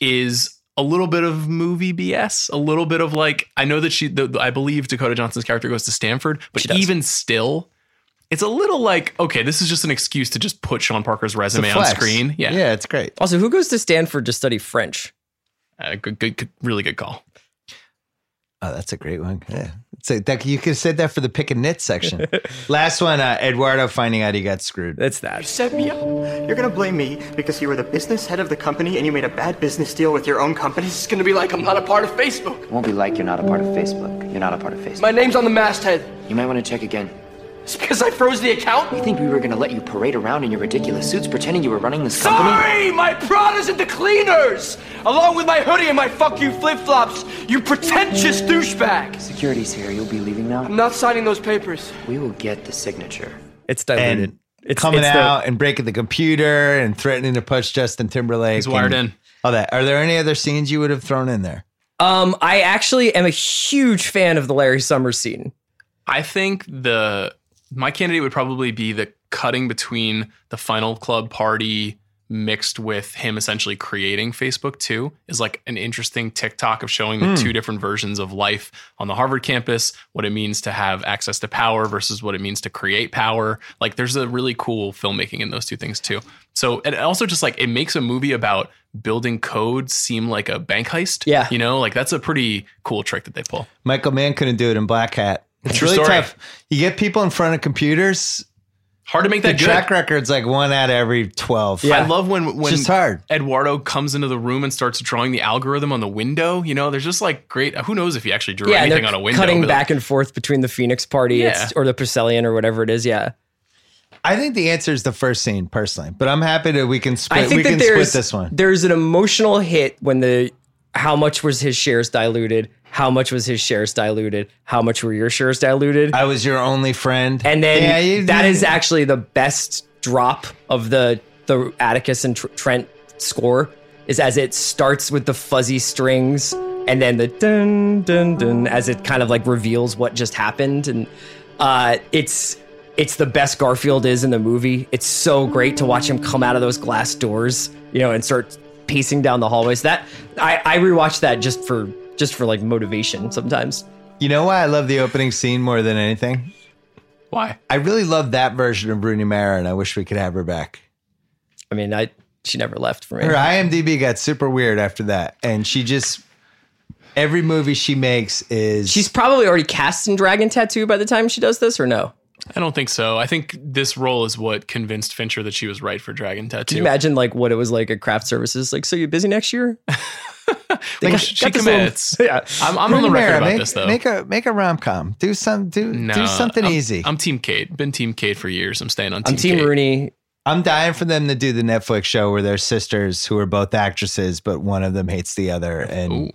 Speaker 9: is a little bit of movie BS, a little bit of like I know that she, the, the- I believe Dakota Johnson's character goes to Stanford, but even still, it's a little like okay, this is just an excuse to just put Sean Parker's
Speaker 1: It's a
Speaker 9: resume on
Speaker 1: flex.
Speaker 9: screen. Yeah,
Speaker 1: Yeah, it's great.
Speaker 2: also who goes to Stanford to study French
Speaker 9: Uh, good, good, good- really good call.
Speaker 1: Oh, that's a great one. Yeah. So that you could have said that for the pick and knit section. Last one, uh, Eduardo finding out he got screwed.
Speaker 2: that's that
Speaker 11: Set me up. You're gonna blame me because you were the business head of the company and you made a bad business deal with your own company.
Speaker 3: It's gonna be like I'm not a part of Facebook.
Speaker 5: It won't be like you're not a part of Facebook. You're not a part of Facebook.
Speaker 3: My name's on the masthead.
Speaker 5: You might want to check again.
Speaker 3: It's because I froze the account.
Speaker 5: You think we were gonna let you parade around in your ridiculous suits pretending you were running this company?
Speaker 3: Sorry, my Prada's at the cleaners, along with my hoodie and my fuck you flip flops. You pretentious douchebag.
Speaker 5: Security's here. You'll be leaving now.
Speaker 3: I'm not signing those papers.
Speaker 5: We will get the signature.
Speaker 2: it's diluted
Speaker 1: and
Speaker 2: it's
Speaker 1: coming
Speaker 2: it's the-
Speaker 1: out and breaking the computer and threatening to punch Justin Timberlake.
Speaker 9: He's wired
Speaker 1: and
Speaker 9: in.
Speaker 1: All that. Are there any other scenes you would have thrown in there?
Speaker 2: Um, I actually am a huge fan of the Larry Summers scene.
Speaker 9: I think the my candidate would probably be the cutting between the final club party mixed with him essentially creating Facebook too is like an interesting TikTok of showing
Speaker 1: Hmm.
Speaker 9: the two different versions of life on the Harvard campus, what it means to have access to power versus what it means to create power. Like there's a really cool filmmaking in those two things too. So and also just like it makes a movie about building code seem like a bank heist.
Speaker 2: Yeah.
Speaker 9: You know, like that's a pretty cool trick that they pull.
Speaker 1: Michael Mann couldn't do it in Black Hat. It's
Speaker 9: True
Speaker 1: really
Speaker 9: story.
Speaker 1: tough. You get people in front of computers.
Speaker 9: Hard to make
Speaker 1: The
Speaker 9: that good.
Speaker 1: track record's like one out of every twelve.
Speaker 9: I love when when
Speaker 1: just hard.
Speaker 9: Eduardo comes into the room and starts drawing the algorithm on the window. You know, there's just like great. Who knows if he actually drew
Speaker 2: Yeah, and
Speaker 9: anything
Speaker 2: they're
Speaker 9: on a window?
Speaker 2: cutting
Speaker 9: but,
Speaker 2: back and forth between the Phoenix Party
Speaker 9: Yeah.
Speaker 2: it's- or the Priscillian or whatever it is. Yeah,
Speaker 1: I think the answer is the first scene, personally. But I'm happy that we can
Speaker 2: I
Speaker 1: split.
Speaker 2: think
Speaker 1: We
Speaker 2: that
Speaker 1: can
Speaker 2: there's
Speaker 1: split this one.
Speaker 2: there's an emotional hit when the how much was his shares diluted, how much was his shares diluted, how much were your shares diluted,
Speaker 1: I was your only friend,
Speaker 2: and
Speaker 1: Yeah,
Speaker 2: then
Speaker 1: you-
Speaker 2: that is actually the best drop of the the Atticus and Tr- Trent score is as it starts with the fuzzy strings and then the dun dun dun as it kind of like reveals what just happened and uh it's it's the best Garfield is in the movie. It's so great to watch him come out of those glass doors, you know, and start pacing down the hallways. That I I rewatch that just for just for like motivation sometimes.
Speaker 1: You know why I love the opening scene more than anything?
Speaker 9: why?
Speaker 1: I really love that version of Rooney Mara, and I wish we could have her back.
Speaker 2: I mean, I she never left for me.
Speaker 1: Her IMDb got super weird after that, and she just every movie she makes is
Speaker 2: She's probably already cast in Dragon Tattoo by the time she does this, or no?
Speaker 9: I don't think so. I think this role is what convinced Fincher that she was right for Dragon
Speaker 2: Can
Speaker 9: Tattoo.
Speaker 2: you imagine like what it was like at craft services? Like, so you busy next year? They
Speaker 9: Like,
Speaker 2: got-
Speaker 9: she
Speaker 2: got this little-
Speaker 9: commits.
Speaker 2: yeah.
Speaker 9: I'm, I'm on the
Speaker 1: Bring
Speaker 9: record
Speaker 1: Mara,
Speaker 9: about
Speaker 1: make,
Speaker 9: this though.
Speaker 1: Make a make a rom com. Do some do do something
Speaker 9: I'm-
Speaker 1: easy.
Speaker 9: I'm Team Kate. Been Team Kate for years. I'm staying on Team,
Speaker 2: I'm Team
Speaker 9: Kate.
Speaker 2: Rooney.
Speaker 1: I'm dying for them to do the Netflix show where they're sisters who are both actresses, but one of them hates the other, and
Speaker 9: Ooh.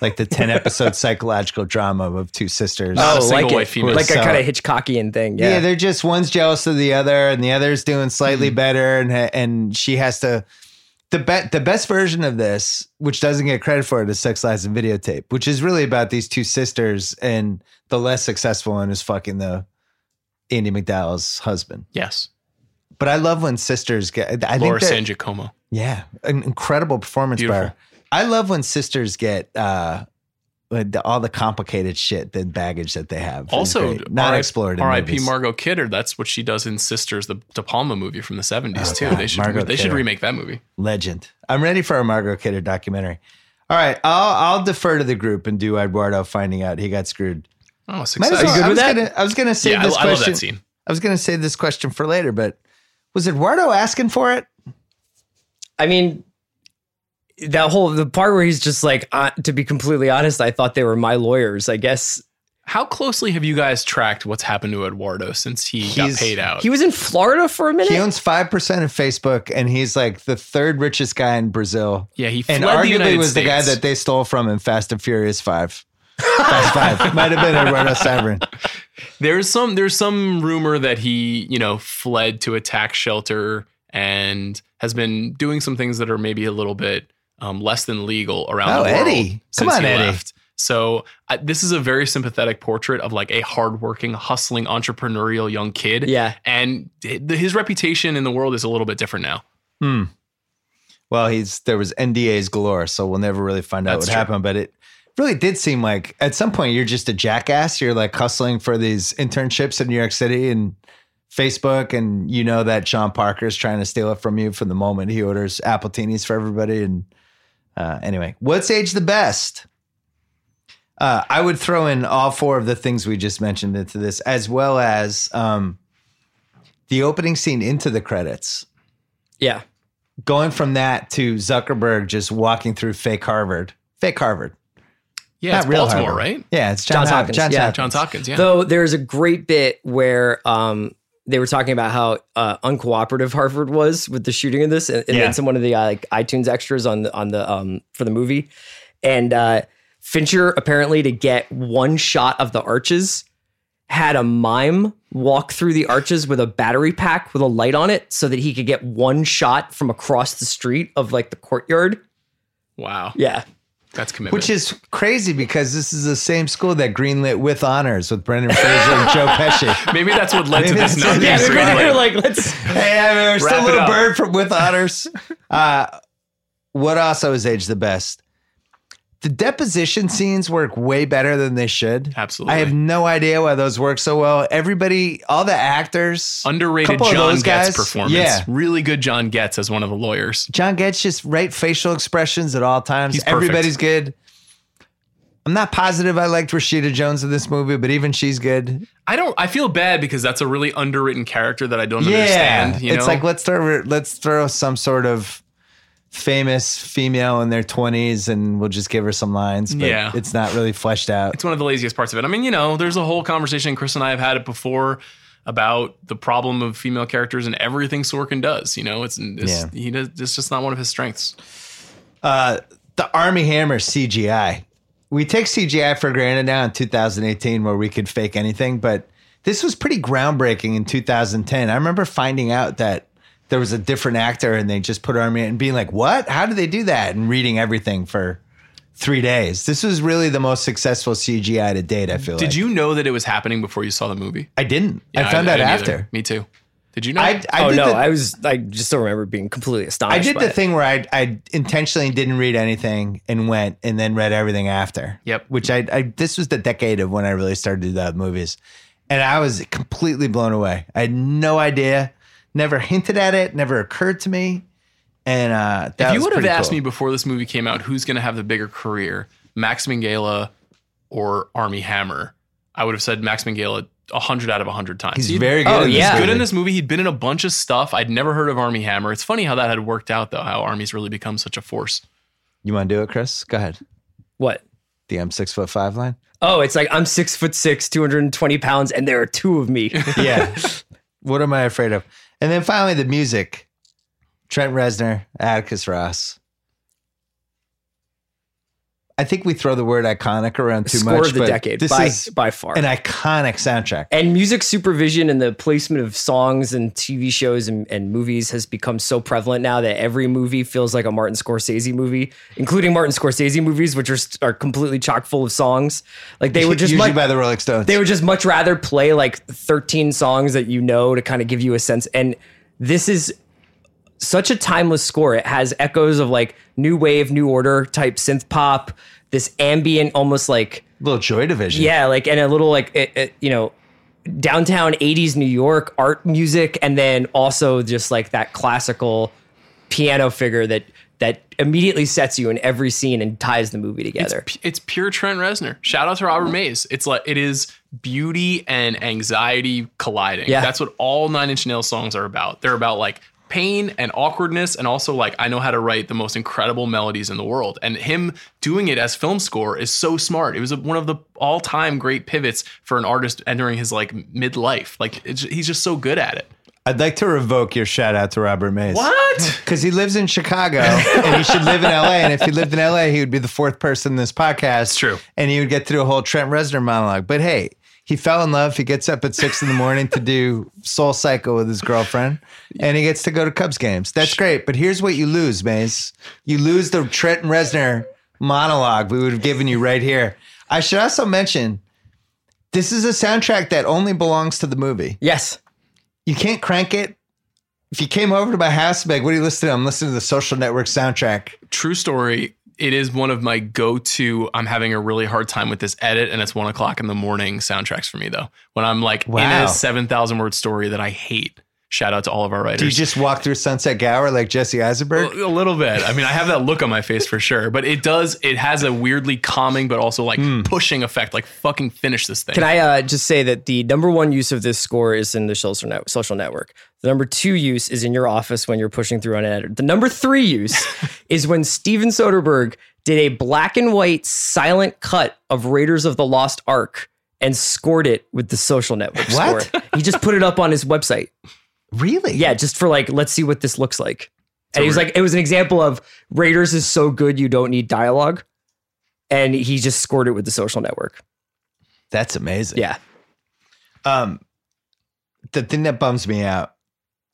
Speaker 1: like the ten episode psychological drama of two sisters.
Speaker 9: Not a
Speaker 2: Oh,
Speaker 9: single
Speaker 2: like,
Speaker 9: white
Speaker 2: it,
Speaker 9: female.
Speaker 2: like a
Speaker 1: So-
Speaker 2: kind of Hitchcockian thing.
Speaker 1: Yeah.
Speaker 2: Yeah.
Speaker 1: they're just one's jealous of the other, and the other's doing slightly
Speaker 9: Hmm.
Speaker 1: better, and and she has to. The bet the best version of this, which doesn't get credit for it, is Sex Lies and Videotape, which is really about these two sisters, and the less successful one is fucking the Andy McDowell's husband.
Speaker 9: Yes.
Speaker 1: But I love when sisters get. I
Speaker 9: Laura
Speaker 1: think that-
Speaker 9: San Giacomo.
Speaker 1: yeah, an incredible performance by
Speaker 9: Beautiful.
Speaker 1: her. I love when sisters get uh, with the- all the complicated shit, the baggage that they have. It's
Speaker 9: Also,
Speaker 1: great. not
Speaker 9: RIP
Speaker 1: explored. in
Speaker 9: R.I.P.
Speaker 1: movies.
Speaker 9: Margot Kidder. That's what she does in Sisters, the De Palma movie from the 70s,
Speaker 1: Oh,
Speaker 9: too.
Speaker 1: God,
Speaker 9: They should
Speaker 1: Margot
Speaker 9: they should
Speaker 1: Kidder.
Speaker 9: remake that movie.
Speaker 1: Legend. I'm ready for a Margot Kidder documentary. All right, I'll I'll defer to the group and do Eduardo finding out he got screwed.
Speaker 9: Oh, it's
Speaker 1: Might as
Speaker 9: exciting.
Speaker 1: well-
Speaker 2: good
Speaker 1: I was
Speaker 2: with that?
Speaker 1: gonna I was gonna save
Speaker 9: Yeah, I,
Speaker 1: this
Speaker 9: I love
Speaker 1: question.
Speaker 9: that scene.
Speaker 1: I was gonna save this question for later, but was Eduardo asking for it?
Speaker 2: I mean, that whole the part where he's just like, uh, to be completely honest, I thought they were my lawyers. I guess
Speaker 9: How closely have you guys tracked what's happened to Eduardo since he got
Speaker 1: He's-
Speaker 9: paid out?
Speaker 2: he was in Florida for a minute.
Speaker 1: He owns five percent of Facebook, and he's like the third richest guy in Brazil.
Speaker 9: yeah, he fled
Speaker 1: and
Speaker 9: the
Speaker 1: arguably
Speaker 9: United
Speaker 1: was the guy
Speaker 9: States.
Speaker 1: that they stole from in Fast and Furious Five. Fast Five might have been Eduardo Severin.
Speaker 9: There's some there's some rumor that he, you know, fled to a tax shelter and has been doing some things that are maybe a little bit um, less than legal around
Speaker 1: Oh,
Speaker 9: the world
Speaker 1: Eddie. Come
Speaker 9: since
Speaker 1: on,
Speaker 9: he
Speaker 1: Eddie.
Speaker 9: left. So I, this is a very sympathetic portrait of like a hardworking, hustling, entrepreneurial young kid.
Speaker 2: Yeah.
Speaker 9: and hi- his reputation in the world is a little bit different now.
Speaker 1: Well, he's there was NDAs galore, so we'll never really find out
Speaker 9: That's
Speaker 1: what
Speaker 9: true.
Speaker 1: happened. But it really did seem like at some point you're just a jackass. You're like hustling for these internships in New York City and Facebook, and you know that Sean Parker is trying to steal it from you from the moment he orders appletinis for everybody. And uh, anyway, what's age the best? Uh, I would throw in all four of the things we just mentioned into this, as well as um, the opening scene into the credits
Speaker 2: yeah.
Speaker 1: going from that to Zuckerberg just walking through fake Harvard, fake Harvard,
Speaker 9: Yeah,
Speaker 1: not
Speaker 9: it's
Speaker 1: real
Speaker 9: Baltimore,
Speaker 1: Harvard.
Speaker 9: right?
Speaker 1: Yeah, it's John
Speaker 2: Johns
Speaker 1: Hopkins.
Speaker 2: Hopkins,
Speaker 1: Johns
Speaker 2: yeah.
Speaker 1: Hopkins.
Speaker 9: Johns Hopkins. Yeah,
Speaker 2: Though there's a great bit where um, they were talking about how uh, uncooperative Harvard was with the shooting of this, and, and
Speaker 1: Yeah.
Speaker 2: then some one of the uh, like iTunes extras on the on the um, for the movie, and uh, Fincher apparently to get one shot of the arches had a mime walk through the arches with a battery pack with a light on it so that he could get one shot from across the street of like the courtyard.
Speaker 9: wow,
Speaker 2: Yeah.
Speaker 9: that's commitment.
Speaker 1: Which is crazy because this is the same school that greenlit with honors with Brendan Fraser and Joe Pesci.
Speaker 9: maybe that's what led to
Speaker 1: Maybe
Speaker 9: this.
Speaker 1: it's-
Speaker 9: not being
Speaker 1: Yeah,
Speaker 2: Yeah,
Speaker 1: they're
Speaker 2: they're,
Speaker 9: screenplay.
Speaker 2: like, let's
Speaker 1: Hey, I mean, we're
Speaker 9: Wrap
Speaker 1: still
Speaker 9: it
Speaker 1: a little
Speaker 9: up.
Speaker 1: bird from with honors. Uh, what else always age the best? The deposition scenes work way better than they should.
Speaker 9: Absolutely.
Speaker 1: I have no idea why those work so well. Everybody, all the actors,
Speaker 9: underrated
Speaker 1: couple of
Speaker 9: John
Speaker 1: those
Speaker 9: Getz
Speaker 1: guys,
Speaker 9: performance.
Speaker 1: Yeah,
Speaker 9: Really good John Getz as one of the lawyers.
Speaker 1: John Getz just right facial expressions at all times.
Speaker 9: He's perfect.
Speaker 1: Everybody's good. I'm not positive I liked Rashida Jones in this movie, but even she's good.
Speaker 9: I don't I feel bad because that's a really underwritten character that I don't
Speaker 1: Yeah,
Speaker 9: understand. You
Speaker 1: it's
Speaker 9: know?
Speaker 1: like let's throw let's throw some sort of famous female in their 20s, and we'll just give her some lines. But
Speaker 9: Yeah.
Speaker 1: it's not really fleshed out.
Speaker 9: it's one of the laziest parts of it. I mean, you know, there's a whole conversation Chris and I have had it before about the problem of female characters and everything Sorkin does. You know, it's, it's
Speaker 1: Yeah.
Speaker 9: he does it's just not one of his strengths.
Speaker 1: the Army Hammer CGI. We take CGI for granted now in 2018 where we could fake anything, but this was pretty groundbreaking in 2010. I remember finding out that there was a different actor and they just put Army and being like, "What? How did they do that?" and reading everything for 3 days. This was really the most successful CGI to date, I feel
Speaker 9: Did
Speaker 1: like.
Speaker 9: you know that it was happening before you saw the movie?
Speaker 1: I didn't. I
Speaker 9: Yeah,
Speaker 1: found out
Speaker 9: didn't
Speaker 1: after.
Speaker 9: either. Me too. Did you know?
Speaker 1: I, I
Speaker 2: oh
Speaker 1: did
Speaker 2: no,
Speaker 1: the-
Speaker 2: I was I just still remember being completely astonished.
Speaker 1: I did
Speaker 2: by
Speaker 1: the
Speaker 2: it.
Speaker 1: thing where I I intentionally didn't read anything and went and then read everything after.
Speaker 9: Yep.
Speaker 1: Which I, I this was the decade of when I really started to do that movies. And I was completely blown away. I had no idea, never hinted at it, never occurred to me. And uh that
Speaker 9: if you
Speaker 1: would have
Speaker 9: asked me before this movie came out who's going to have the bigger career, Max Minghella or Army Hammer, I would have said Max Minghella hundred out of hundred times.
Speaker 1: He's
Speaker 9: He'd-
Speaker 1: very good Oh, in this yeah.
Speaker 9: He's good in
Speaker 1: movie.
Speaker 9: this movie. He'd been in a bunch of stuff. I'd never heard of Army Hammer. It's funny how that had worked out though. How Army's really become such a force.
Speaker 1: You want to do it, Chris? Go ahead.
Speaker 2: What?
Speaker 1: The I'm six foot five line.
Speaker 2: Oh, it's like I'm six foot six, 220 pounds, and there are two of me.
Speaker 1: Yeah. what am I afraid of? And then finally, the music. Trent Reznor, Atticus Ross. I think we throw the word iconic around too
Speaker 2: Score
Speaker 1: much.
Speaker 2: of the
Speaker 1: but
Speaker 2: decade
Speaker 1: This
Speaker 2: by,
Speaker 1: is
Speaker 2: by far.
Speaker 1: an iconic soundtrack.
Speaker 2: and music supervision and the placement of songs and TV shows and, and movies has become so prevalent now that every movie feels like a Martin Scorsese movie, including Martin Scorsese movies, which are st- are completely chock full of songs. Like they would just
Speaker 1: usually
Speaker 2: much,
Speaker 1: by the Rolling Stones.
Speaker 2: they would just much rather play like 13 songs that you know to kind of give you a sense. And this is such a timeless score. It has echoes of like new wave, new order type synth pop, this ambient, almost like
Speaker 1: little Joy Division.
Speaker 2: yeah, like and a little like it, it, you know downtown 80s New York art music and then also just like that classical piano figure that that immediately sets you in every scene and ties the movie together.
Speaker 9: P- It's pure Trent Reznor. Shout out to Robert Mays. It's like it is beauty and anxiety colliding.
Speaker 2: Yeah.
Speaker 9: That's what all Nine Inch Nails songs are about. They're about like pain and awkwardness and also like I know how to write the most incredible melodies in the world. And him doing it as film score is so smart. It was one of the all-time great pivots for an artist entering his like midlife. Like it's, he's just so good at it.
Speaker 1: I'd like to revoke your shout out to Robert Mays.
Speaker 9: What?
Speaker 1: Because he lives in Chicago and he should live in LA. And if he lived in LA, he would be the fourth person in this podcast. It's
Speaker 9: true.
Speaker 1: And he would get through a whole Trent Reznor monologue. But hey, he fell in love. He gets up at six in the morning to do Soul Cycle with his girlfriend and he gets to go to Cubs games. That's great. But here's what you lose, Mays. You lose the Trent Reznor monologue we would have given you right here. I should also mention this is a soundtrack that only belongs to the movie
Speaker 2: Yes.
Speaker 1: you can't crank it. If you came over to my house, be like, what are you listening to? I'm listening to the social network soundtrack.
Speaker 9: True story. It is one of my go-to. I'm having a really hard time with this edit, and it's one o'clock in the morning soundtracks for me though. When I'm like in
Speaker 1: Wow.
Speaker 9: a seven thousand word story that I hate. Shout out to all of our
Speaker 1: Do you
Speaker 9: writers.
Speaker 1: just walk through Sunset Gower like Jesse Eisenberg?
Speaker 9: a little bit. I mean, I have that look on my face for sure, but it does. It has a weirdly calming, but also like
Speaker 1: Hmm.
Speaker 9: pushing effect. Like fucking finish this thing.
Speaker 2: Can I uh, just say that the number one use of this score is in the social, net- social network. The number two use is in your office when you're pushing through on an editor. The number three use is when Steven Soderbergh did a black and white silent cut of Raiders of the Lost Ark and scored it with the social network
Speaker 1: What?
Speaker 2: score. He just put it up on his website.
Speaker 1: Really?
Speaker 2: Yeah, just for like, let's see what this looks like. And it was
Speaker 9: weird.
Speaker 2: like, it was an example of Raiders is so good you don't need dialogue. And he just scored it with the social network.
Speaker 1: That's amazing.
Speaker 2: Yeah.
Speaker 1: Um, the thing that bums me out,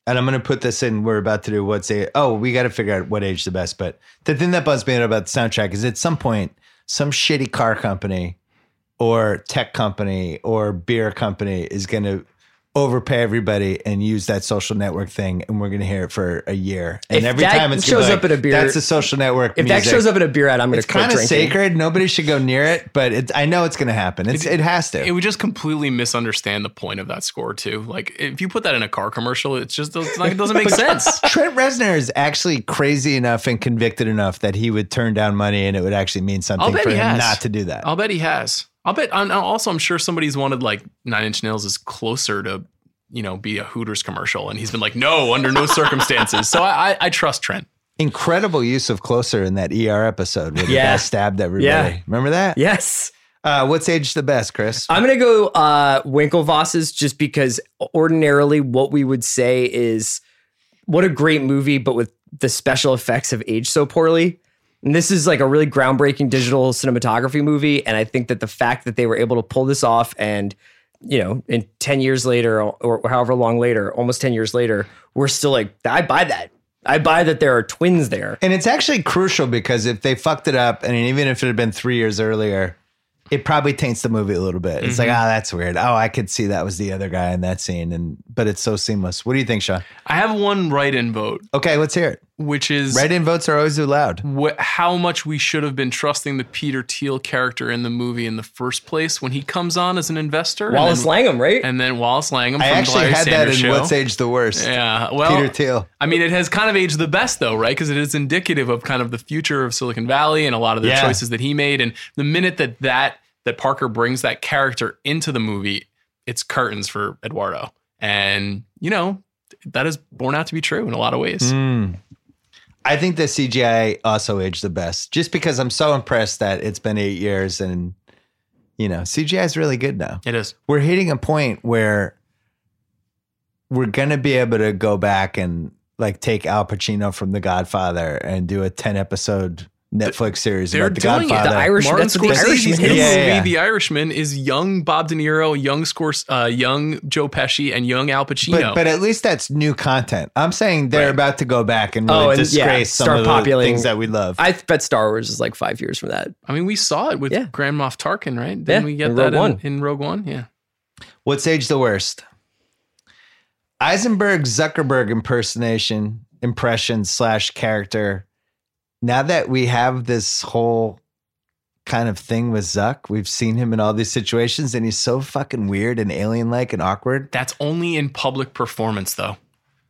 Speaker 1: and I'm going to put this in, we're about to do what's a, oh, we got to figure out what age the best, but the thing that bums me out about the soundtrack is at some point, some shitty car company or tech company or beer company is going to overpay everybody and use that social network thing and we're going to hear it for a year and
Speaker 2: If
Speaker 1: every
Speaker 2: that
Speaker 1: time it
Speaker 2: shows up at a beer-
Speaker 1: that's the social network
Speaker 2: If that
Speaker 1: music.
Speaker 2: shows up in a beer ad, I'm going
Speaker 1: it's
Speaker 2: to quit
Speaker 1: kind of
Speaker 2: drinking.
Speaker 1: sacred nobody should go near it but it, i know it's going to happen it's, it, has to
Speaker 9: It would just completely misunderstand the point of that score too. Like if you put that in a car commercial, it's just it's like, it doesn't make sense.
Speaker 1: Trent Reznor is actually crazy enough and convicted enough that he would turn down money and it would actually mean something
Speaker 9: bet
Speaker 1: for
Speaker 9: he
Speaker 1: him
Speaker 9: has.
Speaker 1: not to do that.
Speaker 9: I'll bet he has. I'll bet. I'm, I'm also, I'm sure somebody's wanted like Nine Inch Nails is closer to, you know, be a Hooters commercial, and he's been like, no, under no circumstances. So I, I, I trust Trent.
Speaker 1: Incredible use of closer in that ER episode where the
Speaker 2: Yeah.
Speaker 1: guy stabbed everybody.
Speaker 2: Yeah.
Speaker 1: Remember that?
Speaker 2: Yes.
Speaker 1: Uh, what's age the best, Chris?
Speaker 2: I'm going to go uh, Winklevoss's just because ordinarily what we would say is what a great movie, but with the special effects have aged so poorly. And this is like a really groundbreaking digital cinematography movie. And I think that the fact that they were able to pull this off and, you know, in 10 years later or or however long later, almost 10 years later, we're still like, I buy that. I buy that there are twins there.
Speaker 1: and it's actually crucial because if they fucked it up, and even if it had been three years earlier, it probably taints the movie a little bit. It's like,
Speaker 9: Mm-hmm.
Speaker 1: oh, that's weird. Oh, I could see that was the other guy in that scene, and but it's so seamless. What do you think, Sean?
Speaker 9: I have one write-in vote,
Speaker 1: Okay, let's hear it.
Speaker 9: which is
Speaker 1: Write-in votes are always allowed.
Speaker 9: wh- how much we should have been trusting the Peter Thiel character in the movie in the first place when he comes on as an investor.
Speaker 2: Wallace
Speaker 9: and then,
Speaker 2: Langham, right?
Speaker 9: and then Wallace Langham.
Speaker 1: I
Speaker 9: from
Speaker 1: actually
Speaker 9: Larry
Speaker 1: had that in
Speaker 9: Sanders Show.
Speaker 1: What's Age the Worst.
Speaker 9: Yeah, well,
Speaker 1: Peter Thiel.
Speaker 9: I mean, it has kind of aged the best though, right? Because it is indicative of kind of the future of Silicon Valley and a lot of the
Speaker 1: Yeah.
Speaker 9: choices that he made. And the minute that that that Parker brings that character into the movie, it's curtains for Eduardo. And, you know, that is borne out to be true in a lot of ways.
Speaker 1: Mm. I think the CGI also aged the best, just because I'm so impressed that it's been eight years and you know CGI is really good now.
Speaker 9: It is.
Speaker 1: We're hitting a point where we're gonna be able to go back and like take Al Pacino from The Godfather and do a ten episode Netflix series
Speaker 9: They're
Speaker 1: about The
Speaker 9: doing it. The
Speaker 1: Godfather.
Speaker 2: Irish-
Speaker 9: Martin
Speaker 2: that's what The
Speaker 9: Scorsese's
Speaker 2: Irishman
Speaker 9: new
Speaker 1: is. Yeah,
Speaker 9: movie,
Speaker 1: yeah.
Speaker 9: The Irishman, is young Bob De Niro, young Scorse, uh, young Joe Pesci, and young Al Pacino.
Speaker 1: but, but at least that's new content. I'm saying they're
Speaker 9: Right.
Speaker 1: about to go back and really
Speaker 2: Oh, and
Speaker 1: disgrace
Speaker 2: yeah,
Speaker 1: some
Speaker 2: start
Speaker 1: of the
Speaker 2: populating-
Speaker 1: things that we love.
Speaker 2: I bet Star Wars is like five years from that.
Speaker 9: I mean, we saw it with
Speaker 2: Yeah.
Speaker 9: Grand Moff Tarkin, right? Didn't
Speaker 2: Yeah,
Speaker 9: we get
Speaker 2: in
Speaker 9: that
Speaker 2: Rogue
Speaker 9: in,
Speaker 2: One.
Speaker 9: in Rogue One? Yeah.
Speaker 1: What's aged the worst? Eisenberg Zuckerberg impersonation, impression slash character. Now that we have this whole kind of thing with Zuck, we've seen him in all these situations, and he's so fucking weird and alien like and awkward.
Speaker 9: That's only in public performance, though.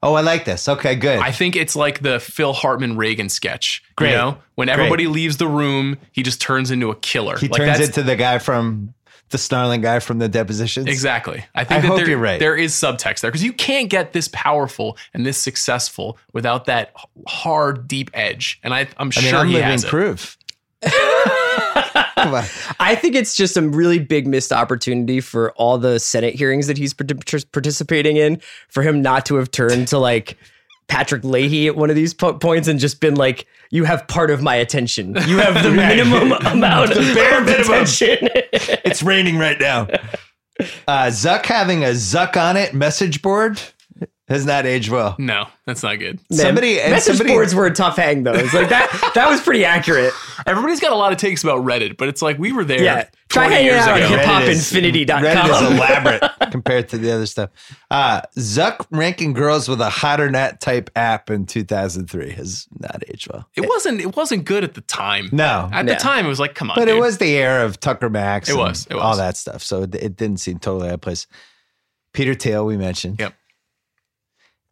Speaker 1: Oh, I like this. Okay, good.
Speaker 9: I think it's like the Phil Hartman Reagan sketch.
Speaker 1: Great.
Speaker 9: You know, when everybody leaves the room, he just turns into a killer.
Speaker 1: he
Speaker 9: Like,
Speaker 1: turns
Speaker 9: that's-
Speaker 1: into the guy from the snarling guy from the depositions.
Speaker 9: Exactly. I think
Speaker 1: I
Speaker 9: that
Speaker 1: hope
Speaker 9: there,
Speaker 1: you're right.
Speaker 9: there is subtext there because you can't get this powerful and this successful without that h- hard, deep edge. And I, I'm
Speaker 1: I mean,
Speaker 9: sure
Speaker 1: I'm
Speaker 9: he
Speaker 1: living
Speaker 9: has it.
Speaker 1: proof. Come on.
Speaker 2: I think it's just a really big missed opportunity for all the Senate hearings that he's partic- participating in for him not to have turned to like Patrick Leahy at one of these po- points and just been like, "You have part of my attention. You have the minimum amount, the bare minimum attention."
Speaker 1: It's raining right now. Uh, Zuck having a Zuck on it message board has not aged well.
Speaker 9: No, that's not good.
Speaker 1: Somebody- and
Speaker 2: message
Speaker 1: somebody-
Speaker 2: boards were a tough hang though. It's like that. that was pretty accurate.
Speaker 9: Everybody's got a lot of takes about Reddit, but it's like we were there.
Speaker 2: Yeah. Try
Speaker 9: 20
Speaker 2: hanging
Speaker 9: years
Speaker 2: out
Speaker 9: ago.
Speaker 2: on hip hop
Speaker 1: Reddit is-
Speaker 2: infinity.com.
Speaker 1: Reddit is elaborate compared to the other stuff. Uh, Zuck ranking girls with a hot or not type app in 2003 has not aged well.
Speaker 9: It wasn't. It wasn't good at the time.
Speaker 1: No.
Speaker 9: At
Speaker 2: No.
Speaker 9: the time, it was like, come on.
Speaker 1: But it
Speaker 9: dude.
Speaker 1: was the era of Tucker Max.
Speaker 9: It
Speaker 1: and
Speaker 9: was, it was.
Speaker 1: All that stuff. So it, it didn't seem totally out of place. Peter Tail, we mentioned.
Speaker 9: Yep.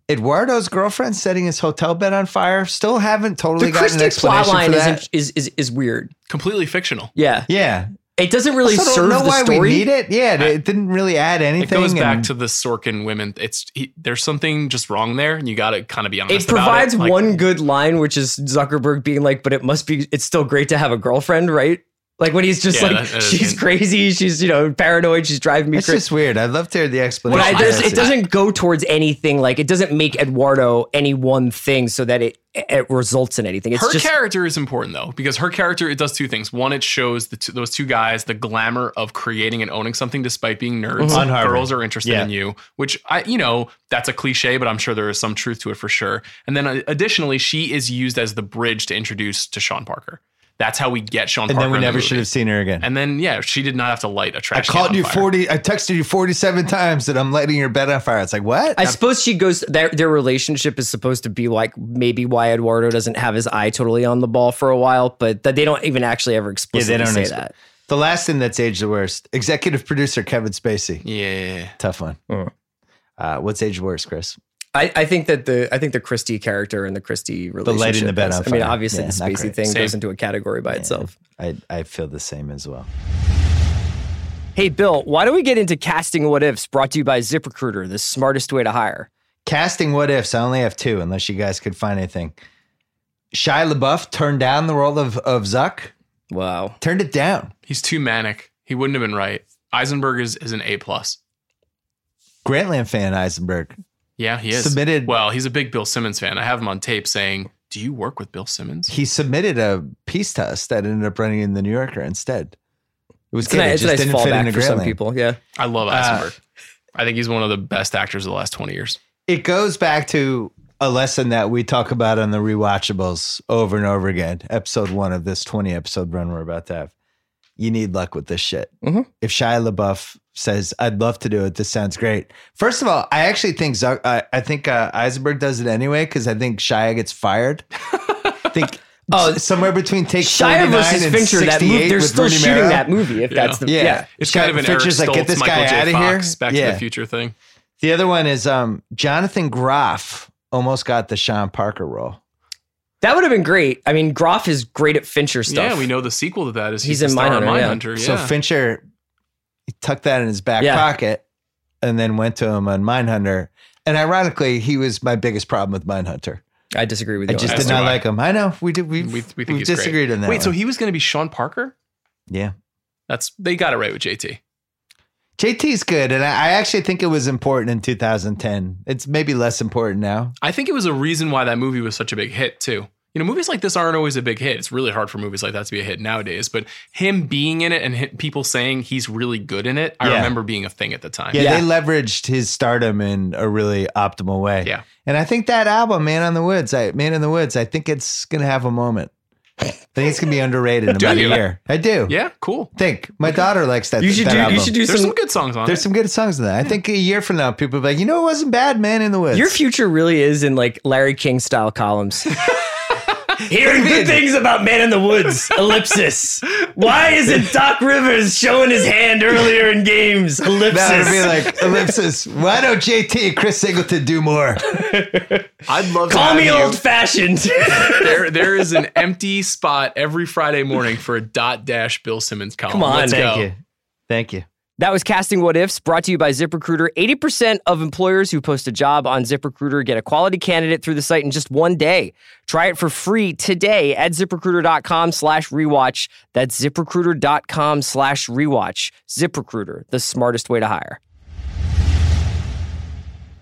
Speaker 1: Eduardo's girlfriend setting his hotel bed on fire. Still haven't totally
Speaker 2: The
Speaker 1: gotten an
Speaker 2: Christie
Speaker 1: explanation for
Speaker 2: plotline is,
Speaker 1: that.
Speaker 2: in- is is is weird.
Speaker 9: completely fictional.
Speaker 2: Yeah,
Speaker 1: yeah.
Speaker 2: it doesn't really
Speaker 1: also
Speaker 2: serve
Speaker 1: don't know
Speaker 2: the
Speaker 1: why
Speaker 2: story.
Speaker 1: we need it. Yeah, it, it didn't really add anything.
Speaker 9: It goes back
Speaker 1: and-
Speaker 9: to the Sorkin women. It's he, there's something just wrong there, and you got to kind of be
Speaker 2: it
Speaker 9: honest.
Speaker 2: provides
Speaker 9: about it. Like,
Speaker 2: one good line, which is Zuckerberg being like, "But it must be. It's still great to have a girlfriend, right?" Like when he's just
Speaker 9: Yeah,
Speaker 2: like,
Speaker 9: that- that is
Speaker 2: "She's
Speaker 9: good.
Speaker 2: crazy. She's you know paranoid. She's driving me
Speaker 1: It's
Speaker 2: crazy."
Speaker 1: just weird. I'd love to hear the
Speaker 2: But
Speaker 1: explanation.
Speaker 2: I,
Speaker 1: for
Speaker 2: there's,
Speaker 1: that
Speaker 2: it
Speaker 1: scene.
Speaker 2: doesn't go towards anything. Like it doesn't make Eduardo any one thing, so that it it results in anything. It's
Speaker 9: her
Speaker 2: just
Speaker 9: character is important though because her character it does two things. One, it shows the two, those two guys the glamour of creating and owning something despite being nerds.
Speaker 2: Mm-hmm.
Speaker 1: On Harvard.
Speaker 9: Girls are interested
Speaker 1: Yeah.
Speaker 9: in you, which I you know that's a cliche, but I'm sure there is some truth to it for sure. And then uh, additionally, she is used as the bridge to introduce to Sean Parker. That's how we get Sean.
Speaker 1: And
Speaker 9: Parker
Speaker 1: then we
Speaker 9: in the
Speaker 1: never
Speaker 9: movie.
Speaker 1: should have seen her again.
Speaker 9: And then yeah, she did not have to light a
Speaker 1: I
Speaker 9: trash. can
Speaker 1: called
Speaker 9: on
Speaker 1: you
Speaker 9: fire.
Speaker 1: forty. I texted you forty-seven times that I'm lighting your bed on fire. It's like what?
Speaker 2: I suppose she goes. Their their relationship is supposed to be like maybe why Eduardo doesn't have his eye totally on the ball for a while, but that they don't even actually ever explicitly say
Speaker 1: expl-
Speaker 2: that.
Speaker 1: The last thing that's aged the worst. Executive producer Kevin Spacey.
Speaker 9: Yeah. Uh-huh.
Speaker 1: Tough one. Uh, what's aged worst, Chris?
Speaker 2: I, I think that the I think the Christie character and the Christie relationship.
Speaker 1: light in the bed
Speaker 2: is-
Speaker 1: on
Speaker 2: I mean,
Speaker 1: fire.
Speaker 2: obviously
Speaker 1: Yeah,
Speaker 2: the
Speaker 1: not
Speaker 2: Spacey
Speaker 1: great.
Speaker 2: thing
Speaker 9: Same.
Speaker 2: goes into a category by itself.
Speaker 1: I I feel the same as well.
Speaker 2: Hey, Bill, why don't we get into casting what ifs? Brought to you by ZipRecruiter, the smartest way to hire.
Speaker 1: Casting what ifs. I only have two, unless you guys could find anything. Shia LaBeouf turned down the role of of Zuck.
Speaker 2: Wow,
Speaker 1: Turned it down.
Speaker 9: He's too manic. He wouldn't have been right. Eisenberg is, is an A plus.
Speaker 1: Grantland fan Eisenberg.
Speaker 9: Yeah, he is.
Speaker 1: Submitted-
Speaker 9: Well, he's a big Bill Simmons fan. I have him on tape saying, "Do you work with Bill Simmons?"
Speaker 1: He submitted a piece to us that ended up running in the New Yorker instead. It was
Speaker 2: it's,
Speaker 1: good.
Speaker 2: a,
Speaker 1: it
Speaker 2: it's a
Speaker 1: just
Speaker 2: nice
Speaker 1: didn't fit into
Speaker 2: fallback for some
Speaker 1: Grantland.
Speaker 2: people. Yeah,
Speaker 9: I
Speaker 1: uh,
Speaker 9: love Eisenberg. I think he's one of the best actors of the last twenty years.
Speaker 1: It goes back to a lesson that we talk about on the rewatchables over and over again. Episode one of this 20 episode run we're about to have. You need luck with this shit.
Speaker 2: Mhm.
Speaker 1: If Shia LaBeouf says, I'd love to do it, this sounds great. First of all, I actually think Zuck, I, I think uh, Eisenberg does it anyway because I think Shia gets fired. I think
Speaker 2: Oh,
Speaker 1: s- somewhere between take
Speaker 2: Shia
Speaker 1: 49
Speaker 2: versus
Speaker 1: and
Speaker 2: Fincher. That
Speaker 1: 68
Speaker 2: movie, they're
Speaker 1: with
Speaker 2: still
Speaker 1: Rooney
Speaker 2: shooting
Speaker 1: Mara.
Speaker 2: that movie. If that's the
Speaker 1: Yeah.
Speaker 2: yeah.
Speaker 9: It's
Speaker 1: Scott
Speaker 9: kind of an Eric
Speaker 1: Fincher's
Speaker 9: Stoltz,
Speaker 1: like, "Get this
Speaker 9: Michael
Speaker 1: guy
Speaker 9: J.
Speaker 1: outta
Speaker 9: Fox,
Speaker 1: here."
Speaker 9: Back to
Speaker 1: Yeah.
Speaker 9: the Future thing.
Speaker 1: The other one is um, Jonathan Groff almost got the Sean Parker role.
Speaker 2: that would have been great. I mean, Groff is great at Fincher stuff.
Speaker 9: Yeah, we know the sequel to that is
Speaker 2: He's
Speaker 9: he's,
Speaker 2: in
Speaker 9: the star
Speaker 2: Mindhunter, yeah.
Speaker 9: of Mindhunter. Yeah.
Speaker 1: So Fincher he tucked that in his back
Speaker 2: Yeah.
Speaker 1: pocket. and then went to him on Mindhunter. And ironically, he was my biggest problem with Mindhunter.
Speaker 2: I disagree with
Speaker 1: I
Speaker 2: you. on
Speaker 1: just
Speaker 2: that.
Speaker 1: did
Speaker 9: As do
Speaker 1: not
Speaker 9: I.
Speaker 1: like him. I know we did. We
Speaker 9: We, we
Speaker 1: we,
Speaker 9: think he's great.
Speaker 1: disagreed on that.
Speaker 9: Wait, so
Speaker 1: one.
Speaker 9: he was going to be Sean Parker?
Speaker 1: yeah.
Speaker 9: That's they got it right with JT.
Speaker 1: JT's good, and I, I actually think it was important in 2010. It's maybe less important now.
Speaker 9: I think it was a reason why that movie was such a big hit too. You know, movies like this aren't always a big hit. It's really hard for movies like that to be a hit nowadays. But him being in it and hi- people saying he's really good in it, I
Speaker 1: Yeah.
Speaker 9: remember being a thing at the time.
Speaker 1: Yeah,
Speaker 2: Yeah.
Speaker 1: they leveraged his stardom in a really optimal way.
Speaker 9: Yeah.
Speaker 1: and I think that album, Man on the Woods, I, Man in the Woods, I think it's gonna have a moment. I think it's gonna be underrated in
Speaker 9: Do
Speaker 1: about a
Speaker 9: you?
Speaker 1: year. I do.
Speaker 9: Yeah, cool.
Speaker 1: I think my daughter likes that.
Speaker 2: You should
Speaker 1: that
Speaker 2: do.
Speaker 1: album.
Speaker 2: You should do
Speaker 9: There's some
Speaker 2: some.
Speaker 9: good songs on
Speaker 1: There's
Speaker 9: it.
Speaker 1: some good songs in that. I think a year from now, people will be like, you know, it wasn't bad, Man in the Woods.
Speaker 2: Your future really is in like Larry King style columns. Hearing good things about Man in the Woods. Ellipsis. Why isn't Doc Rivers showing his hand earlier in games?
Speaker 1: that would
Speaker 2: Ellipsis.
Speaker 1: be like ellipsis. Why don't JT and Chris Singleton do more?
Speaker 9: I'd love to
Speaker 2: Call
Speaker 9: have
Speaker 2: me
Speaker 9: you-
Speaker 2: old fashioned.
Speaker 9: There, there is an empty spot every Friday morning for a dot dash Bill Simmons column.
Speaker 2: Come on,
Speaker 9: Let's
Speaker 2: thank
Speaker 9: go.
Speaker 1: you. Thank you.
Speaker 2: That was Casting What Ifs, brought to you by ZipRecruiter. 80% of employers who post a job on ZipRecruiter get a quality candidate through the site in just one day. Try it for free today at ziprecruiter.com slash rewatch. That's ziprecruiter.com slash rewatch. ZipRecruiter, the smartest way to hire.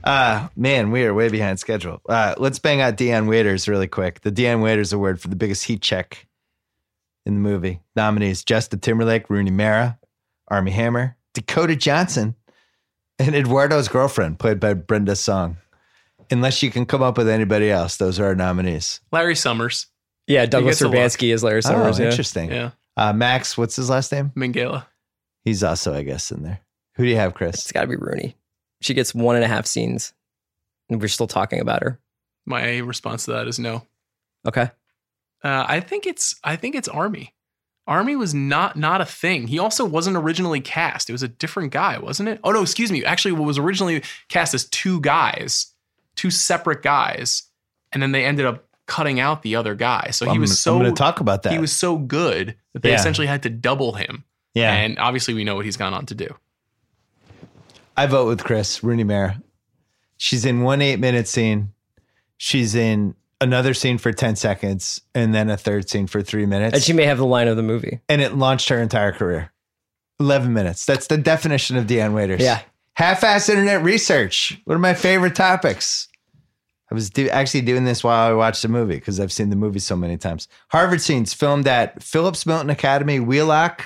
Speaker 1: Uh, man, we are way behind schedule. Uh, let's bang out Deion Waiters really quick. The Deion Waiters Award for the biggest heat check in the movie. Nominees Justin Timberlake, Rooney Mara, Army Hammer, Dakota Johnson, and Eduardo's girlfriend, played by Brenda Song. Unless you can come up with anybody else, those are our nominees.
Speaker 9: Larry Summers.
Speaker 2: Yeah,
Speaker 9: Douglas gets a lot.
Speaker 2: is Larry
Speaker 1: oh, interesting.
Speaker 9: Yeah,
Speaker 1: Uh, Max, what's his last name?
Speaker 9: Mangala.
Speaker 1: He's also, I guess, in there. Who do you have, Chris?
Speaker 2: It's got to be Rooney. She gets one and a half scenes, and we're still talking about her.
Speaker 9: My response to that is no.
Speaker 2: Okay.
Speaker 9: Uh, I think it's I think it's Army. Army was not not a thing. He also wasn't originally cast. It was a different guy, wasn't it? Oh no, excuse me. Actually, what was originally cast as two guys, two separate guys, and then they ended up cutting out the other guy. So he
Speaker 1: I'm-
Speaker 9: was
Speaker 1: I'm
Speaker 9: so
Speaker 1: going to talk about that.
Speaker 9: he was so good that they
Speaker 1: Yeah.
Speaker 9: essentially had to double him.
Speaker 1: yeah.
Speaker 9: And obviously, we know what he's gone on to do.
Speaker 1: I vote with Chris Rooney Mara. She's in one eight minute scene. She's in another scene for 10 seconds and then a third scene for three minutes.
Speaker 2: And
Speaker 1: And,
Speaker 2: she may have the line of the movie.
Speaker 1: it launched her entire career. 11 minutes. That's the definition of Deion Waiters.
Speaker 2: Yeah.
Speaker 1: Half ass internet research. One of my favorite topics. I was do, actually doing this while I watched the movie because I've seen the movie so many times. Harvard scenes filmed at Phillips Milton Academy, Wheelock,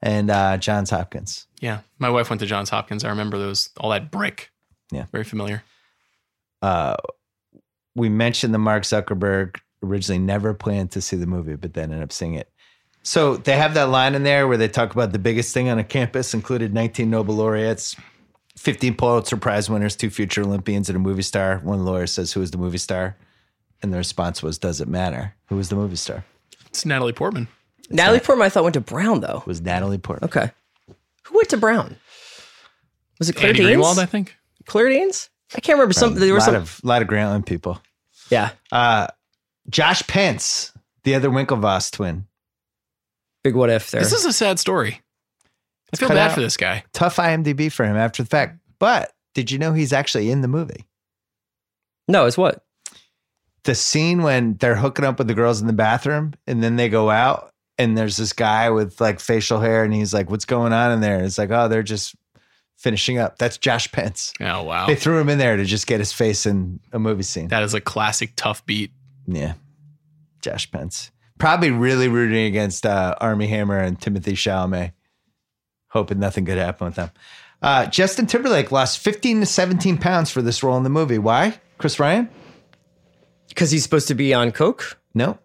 Speaker 1: and uh, Johns Hopkins.
Speaker 9: Yeah, my wife went to Johns Hopkins. I remember those all that brick.
Speaker 1: Yeah.
Speaker 9: very familiar.
Speaker 1: uh, we mentioned the Mark Zuckerberg originally never planned to see the movie, but then ended up seeing it. So they have that line in there where they talk about the biggest thing on a campus included 19 Nobel laureates, 15 Pulitzer Prize winners, two future Olympians, and a movie star. One lawyer says, "Who is the movie star?" And the response was, "Does it matter? Who was the movie star?"
Speaker 9: It's Natalie Portman.
Speaker 2: Natalie Portman, I thought, went to Brown, though.
Speaker 1: It was Natalie Portman.
Speaker 2: Okay. Who went to Brown? Was it Claire
Speaker 9: Andy
Speaker 2: Danes?
Speaker 9: Greenwald, I think.
Speaker 2: Claire Danes? I can't remember. Some there
Speaker 1: a
Speaker 2: were
Speaker 1: lot
Speaker 2: some.
Speaker 1: of lot of Grantland people.
Speaker 2: yeah,
Speaker 1: Uh, Josh Pence, the other Winklevoss twin,
Speaker 2: big what if there.
Speaker 9: This is a sad story. I feel
Speaker 1: cut
Speaker 9: bad
Speaker 1: out.
Speaker 9: for this guy.
Speaker 1: tough IMDb for him after the fact. But did you know he's actually in the movie?
Speaker 2: no, it's what?
Speaker 1: The scene when they're hooking up with the girls in the bathroom and then they go out and there's this guy with like facial hair and he's like, What's going on in there? And it's like, Oh, they're just finishing up. That's Josh Pence.
Speaker 9: Oh wow,
Speaker 1: They threw him in there to just get his face in a movie scene.
Speaker 9: that is a classic tough beat.
Speaker 1: yeah. Josh Pence. Probably really rooting against uh, Army Hammer and Timothy Chalamet, hoping nothing could happen with them. Uh, Justin Timberlake lost 15 to 17 pounds for this role in the movie. Why? Chris Ryan?
Speaker 2: Because he's supposed to be on coke.
Speaker 1: No,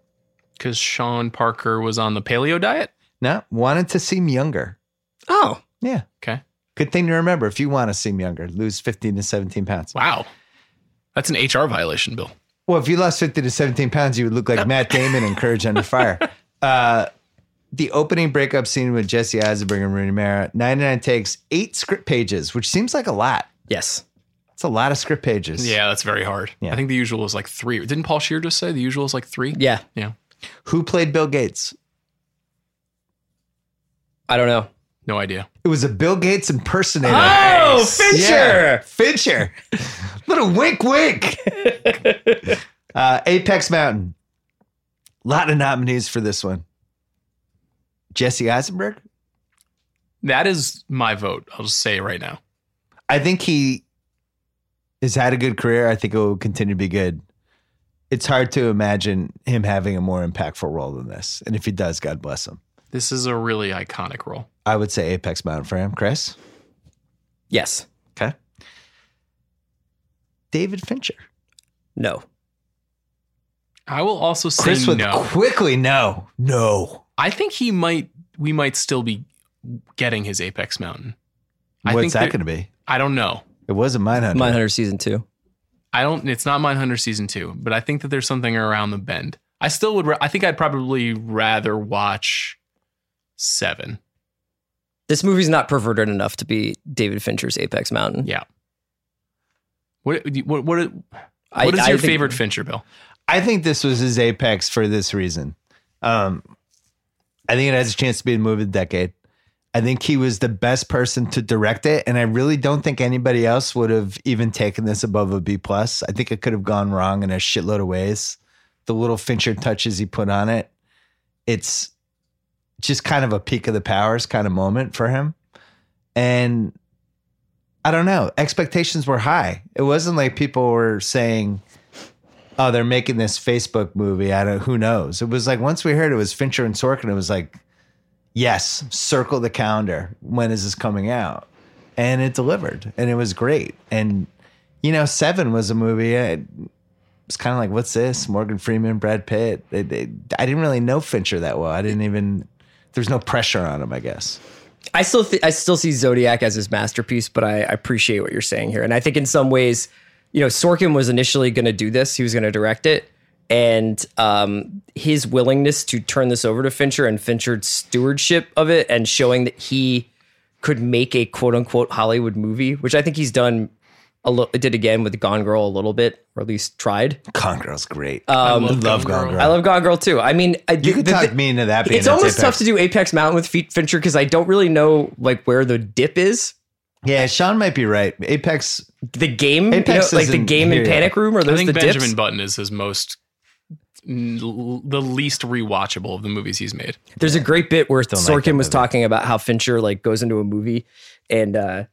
Speaker 9: Because Sean Parker was on the paleo diet.
Speaker 1: no. Wanted to seem younger.
Speaker 2: Oh,
Speaker 1: Yeah.
Speaker 9: Okay,
Speaker 1: Good thing to remember if you want to seem younger, lose 15 to 17 pounds.
Speaker 9: wow, that's an HR violation, Bill.
Speaker 1: Well, if you lost 50 to 17 pounds, you would look like Matt Damon in Courage Under Fire. Uh, the opening breakup scene with Jesse Eisenberg and Rooney Mara, 99 takes, eight script pages, which seems like a lot.
Speaker 2: yes.
Speaker 1: It's a lot of script pages.
Speaker 9: Yeah, that's very hard.
Speaker 1: Yeah.
Speaker 9: I think the usual is like three. Didn't Paul Shear just say the usual is like three?
Speaker 2: Yeah,
Speaker 9: yeah.
Speaker 1: Who played Bill Gates?
Speaker 2: I don't know.
Speaker 9: No idea.
Speaker 1: It was a Bill Gates impersonator.
Speaker 2: Oh, Fincher!
Speaker 1: Yeah, Fincher. Little wink, wink. uh, Apex Mountain. lot of nominees for this one. Jesse Eisenberg.
Speaker 9: That is my vote. I'll just say it right now.
Speaker 1: I think he has had a good career. I think it will continue to be good. It's hard to imagine him having a more impactful role than this. And if he does, God bless him.
Speaker 9: This is a really iconic role.
Speaker 1: I would say Apex Mountain for him. Chris?
Speaker 2: Yes.
Speaker 1: Okay. David Fincher.
Speaker 2: No.
Speaker 9: I will also say
Speaker 1: Chris would
Speaker 9: no.
Speaker 1: quickly no. No.
Speaker 9: I think he might. We might still be getting his Apex Mountain. I
Speaker 1: What's
Speaker 9: think
Speaker 1: that
Speaker 9: that-
Speaker 1: going to be?
Speaker 9: I don't know.
Speaker 1: It wasn't Mindhunter.
Speaker 2: Mindhunter season two.
Speaker 9: I don't. It's not Mindhunter season two, but I think that there's something around the bend. I still would. ra- I think I'd probably rather watch Seven.
Speaker 2: This movie's not perverted enough to be David Fincher's Apex Mountain.
Speaker 9: Yeah. What? What? What? What
Speaker 2: I-
Speaker 9: is
Speaker 2: I
Speaker 9: your
Speaker 2: think-
Speaker 9: favorite Fincher, Bill?
Speaker 1: I think this was his apex for this reason. Um, I think it has a chance to be the movie of the decade. I think he was the best person to direct it, and I really don't think anybody else would have even taken this above a B plus. I think it could have gone wrong in a shitload of ways. The little Fincher touches he put on it, it's just kind of a peak of the powers kind of moment for him. And I don't know, expectations were high. It wasn't like people were saying, oh, they're making this Facebook movie. I don't. Who knows? It was like once we heard it was Fincher and Sorkin, it was like, yes, circle the calendar. When is this coming out? And it delivered, and it was great. And you know, Seven was a movie. It was kind of like, what's this? Morgan Freeman, Brad Pitt. It- it- I didn't really know Fincher that well. I didn't even. There's no pressure on him, I guess.
Speaker 2: I still th- I still see Zodiac as his masterpiece, but I, I appreciate what you're saying here, and I think in some ways, you know, Sorkin was initially going to do this; he was going to direct it, and um, his willingness to turn this over to Fincher and Fincher's stewardship of it, and showing that he could make a quote unquote Hollywood movie, which I think he's done a lo- did again with Gone Girl a little bit, or at least tried.
Speaker 1: Gone Girl's great. Um, I love Gone Girl.
Speaker 2: I love Gone Girl too. I mean, I,
Speaker 1: you could
Speaker 2: the-
Speaker 1: talk
Speaker 2: the-
Speaker 1: me into that. Being
Speaker 2: it's almost
Speaker 1: Apex.
Speaker 2: tough to do Apex Mountain with Fe- Fincher because I don't really know like where the dip is.
Speaker 1: Yeah, Sean might be right. Apex
Speaker 2: The game, you know,
Speaker 1: Apex
Speaker 2: like the
Speaker 1: isn't
Speaker 2: game
Speaker 1: here
Speaker 2: in
Speaker 1: yet.
Speaker 2: Panic Room, or
Speaker 9: I
Speaker 2: those
Speaker 9: think
Speaker 2: the
Speaker 9: Benjamin
Speaker 2: dips.
Speaker 9: Button is his most n- the least rewatchable of the movies he's made.
Speaker 2: There's a great bit where
Speaker 1: Don't like
Speaker 2: Sorkin
Speaker 1: that
Speaker 2: was
Speaker 1: movie.
Speaker 2: talking about how Fincher like goes into a movie and uh,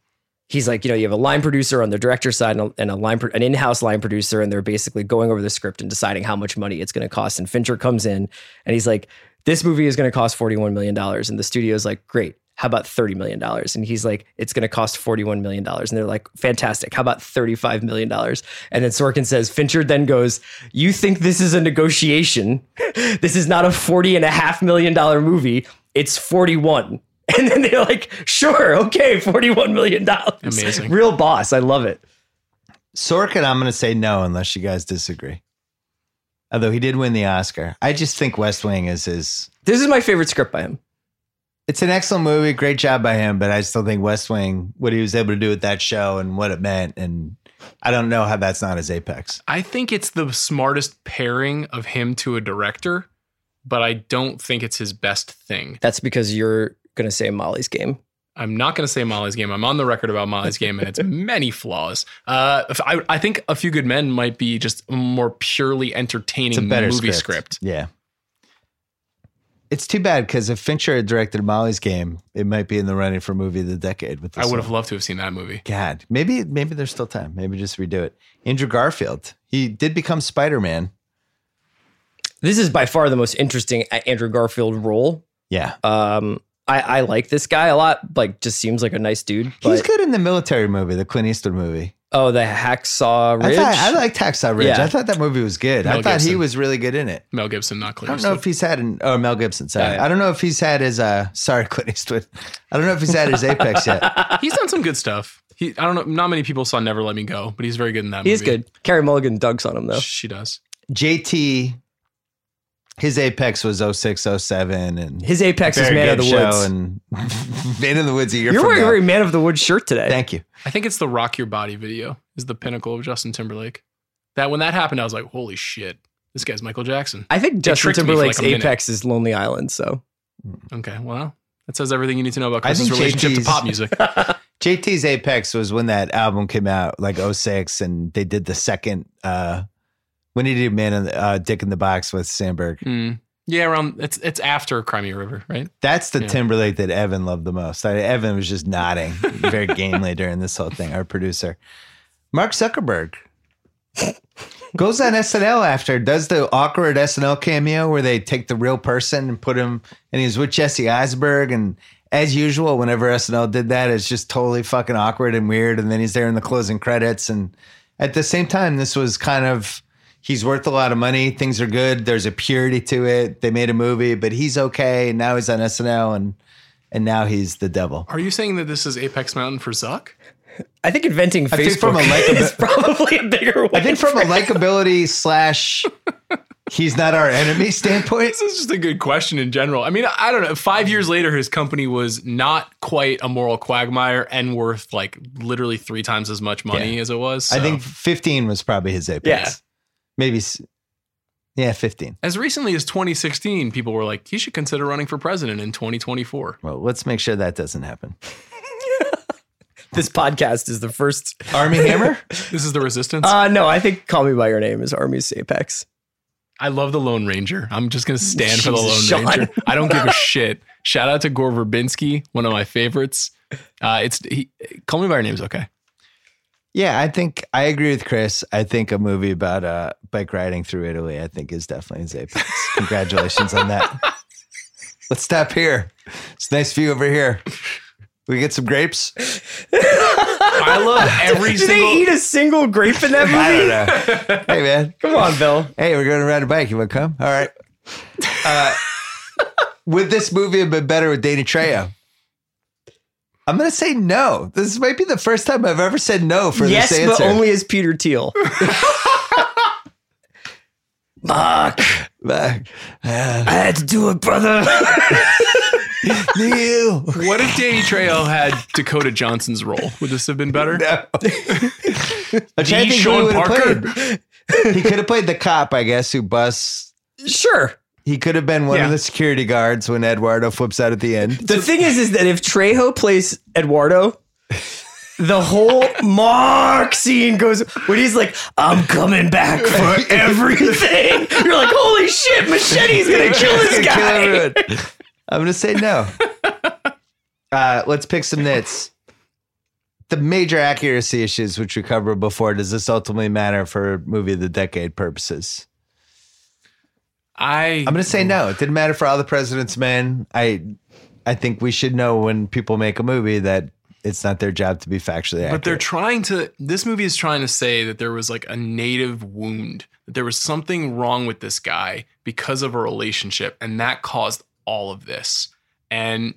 Speaker 2: he's like, you know, you have a line producer on the director's side and a, and a line pro- an in-house line producer, and they're basically going over the script and deciding how much money it's going to cost. And Fincher comes in and he's like, this movie is going to cost forty-one million dollars, and the studio's like, great. How about thirty million dollars? And he's like, "It's going to cost forty-one million dollars." And they're like, "Fantastic! How about thirty-five million dollars?" And then Sorkin says, "Fincher then goes, you think this is a negotiation? this is not a forty and a half million dollar movie. It's forty-one. And then they're like, sure, okay, $41 million.
Speaker 9: Amazing.
Speaker 2: Real boss. I love it.
Speaker 1: Sorkin, I'm going to say no unless you guys disagree. Although he did win the Oscar, I just think West Wing is his.
Speaker 2: This is my favorite script by him.
Speaker 1: It's an excellent movie, great job by him, but I still think West Wing, what he was able to do with that show and what it meant, and I don't know how that's not his apex.
Speaker 9: I think it's the smartest pairing of him to a director, but I don't think it's his best thing.
Speaker 2: That's because you're going to say Molly's game.
Speaker 9: I'm not going to say Molly's Game. I'm on the record about Molly's Game and its many flaws. Uh, if I, I think A Few Good Men might be just a more purely entertaining
Speaker 1: It's a better
Speaker 9: movie
Speaker 1: script.
Speaker 9: script.
Speaker 1: Yeah. It's too bad because if Fincher had directed Molly's Game, it might be in the running for movie of the decade. With this
Speaker 9: I would have
Speaker 1: one.
Speaker 9: loved to have seen that movie.
Speaker 1: God, maybe maybe there's still time. Maybe just redo it. Andrew Garfield, he did become Spider Man.
Speaker 2: This is by far the most interesting A- Andrew Garfield role.
Speaker 1: Yeah,
Speaker 2: Um, I, I like this guy a lot. Like, just seems like a nice dude.
Speaker 1: He's
Speaker 2: But,
Speaker 1: good in the military movie, the Clint Eastwood movie.
Speaker 2: oh, the hacksaw
Speaker 1: I
Speaker 2: ridge.
Speaker 1: thought I liked Hacksaw Ridge.
Speaker 2: Yeah.
Speaker 1: I thought that movie was good. I
Speaker 9: Mel
Speaker 1: thought he
Speaker 9: Gibson.
Speaker 1: was really good in it.
Speaker 9: Mel Gibson, not Clint
Speaker 1: I don't know
Speaker 9: Eastwood.
Speaker 1: if he's had an oh Mel Gibson. Sorry,
Speaker 2: Yeah.
Speaker 1: I don't know if he's had his uh sorry Clint Eastwood. I don't know if he's had his apex yet.
Speaker 9: he's done some good stuff. He, I don't know. Not many people saw Never Let Me Go, but he's very good in that.
Speaker 2: He's
Speaker 9: movie.
Speaker 2: good. Carrie Mulligan dunks on him, though.
Speaker 9: She does.
Speaker 1: JT, his apex was 06, 07 and
Speaker 2: His apex is
Speaker 1: Very
Speaker 2: Man of
Speaker 1: Good
Speaker 2: the
Speaker 1: Show
Speaker 2: Woods.
Speaker 1: and Man of the Woods. A year
Speaker 2: you're
Speaker 1: from
Speaker 2: wearing a
Speaker 1: now.
Speaker 2: very Man of the Woods shirt today.
Speaker 1: Thank you.
Speaker 9: I think it's the Rock Your Body video is the pinnacle of Justin Timberlake. That when that happened, I was like, holy shit, this guy's Michael Jackson.
Speaker 2: I think Justin
Speaker 9: tricked me for like
Speaker 2: Timberlake's
Speaker 9: a minute.
Speaker 2: apex is Lonely Island. So
Speaker 9: Okay, well, That says everything you need to know about
Speaker 1: I
Speaker 9: Chris's
Speaker 1: think
Speaker 9: relationship to
Speaker 1: JT's
Speaker 9: pop music.
Speaker 1: JT's Apex was when that album came out, like 06, and they did the second. uh When did he do Man in the uh, Dick in the Box with Sandberg?
Speaker 9: Hmm. Yeah, around it's it's after Crimea River, right?
Speaker 1: That's the
Speaker 9: Yeah.
Speaker 1: Timberlake that Evan loved the most. I, Evan was just nodding very gamely during this whole thing, our producer. Mark Zuckerberg goes on SNL after, does the awkward SNL cameo where they take the real person and put him, and he's with Jesse Eisberg. And as usual, whenever SNL did that, it's just totally fucking awkward and weird. And then he's there in the closing credits. And at the same time, this was kind of he's worth a lot of money. Things are good. There's a purity to it. They made a movie, but he's okay. And now he's on SNL and and now he's the devil.
Speaker 9: Are you saying that this is Apex Mountain for Zuck?
Speaker 2: I think inventing
Speaker 1: I think
Speaker 2: Facebook
Speaker 1: from a likabi-
Speaker 2: is probably a bigger way.
Speaker 1: I think from a likability slash he's not our enemy standpoint.
Speaker 9: This is just a good question in general. I mean, I don't know. Five years later, his company was not quite a moral quagmire and worth like literally three times as much money as it was.
Speaker 1: I
Speaker 9: so.
Speaker 1: think 15 was probably his apex.
Speaker 2: Yeah.
Speaker 1: Maybe s- yeah, 15.
Speaker 9: as recently as 2016, people were like, he should consider running for president in 2024.
Speaker 1: Well, let's make sure that doesn't happen.
Speaker 2: this podcast is the first.
Speaker 1: Army Hammer?
Speaker 9: This is the resistance.
Speaker 2: Uh, no, I think Call Me By Your Name is Army's Apex.
Speaker 9: I love the Lone Ranger. I'm just going to stand for the Lone
Speaker 2: Jesus, Sean.
Speaker 9: Ranger. I don't give a shit. Shout out to Gore Verbinski, one of my favorites. Uh, it's he, Call Me By Your Name's okay.
Speaker 1: Yeah, I think I agree with Chris. I think a movie about uh, bike riding through Italy, I think, is definitely his apex. Congratulations on that. Let's stop here. It's a nice view over here. We get some grapes.
Speaker 9: I love every
Speaker 2: Did they
Speaker 9: single.
Speaker 2: eat a single grape in that
Speaker 1: I
Speaker 2: movie?
Speaker 1: don't know. hey man.
Speaker 2: Come on, Bill.
Speaker 1: Hey, we're going to ride a bike. You want to come? All right. Uh, would this movie have been better with Danny Trejo? I'm going to say no. This might be the first time I've ever said no for
Speaker 2: yes,
Speaker 1: this answer.
Speaker 2: but only as Peter Thiel. Mark,
Speaker 1: Uh,
Speaker 2: I had to do it, brother.
Speaker 1: Neil.
Speaker 9: What if Danny Trejo had Dakota Johnson's role? Would this have been better?
Speaker 1: I'm trying to
Speaker 9: The
Speaker 1: think
Speaker 9: Sean
Speaker 1: who he would've
Speaker 9: Parker?
Speaker 1: played. he could have played the cop, I guess, who busts.
Speaker 2: sure.
Speaker 1: He could have been one
Speaker 2: Yeah.
Speaker 1: of the security guards when Eduardo flips out at the end.
Speaker 2: The thing is, is that if Trejo plays Eduardo, the whole Mark scene goes when he's like, "I'm coming back for everything." You're like, "Holy shit, Machete's gonna kill
Speaker 1: He's
Speaker 2: this
Speaker 1: gonna kill
Speaker 2: guy!"
Speaker 1: everyone. I'm going to say no. Uh, let's pick some nits. The major accuracy issues, which we covered before, does this ultimately matter for movie of the decade purposes?
Speaker 9: I
Speaker 1: I'm going to say no. It didn't matter for all the President's Men. I, I think we should know when people make a movie that it's not their job to be factually accurate.
Speaker 9: But they're trying to. This movie is trying to say that there was like a native wound, that there was something wrong with this guy because of a relationship, and that caused all of this. And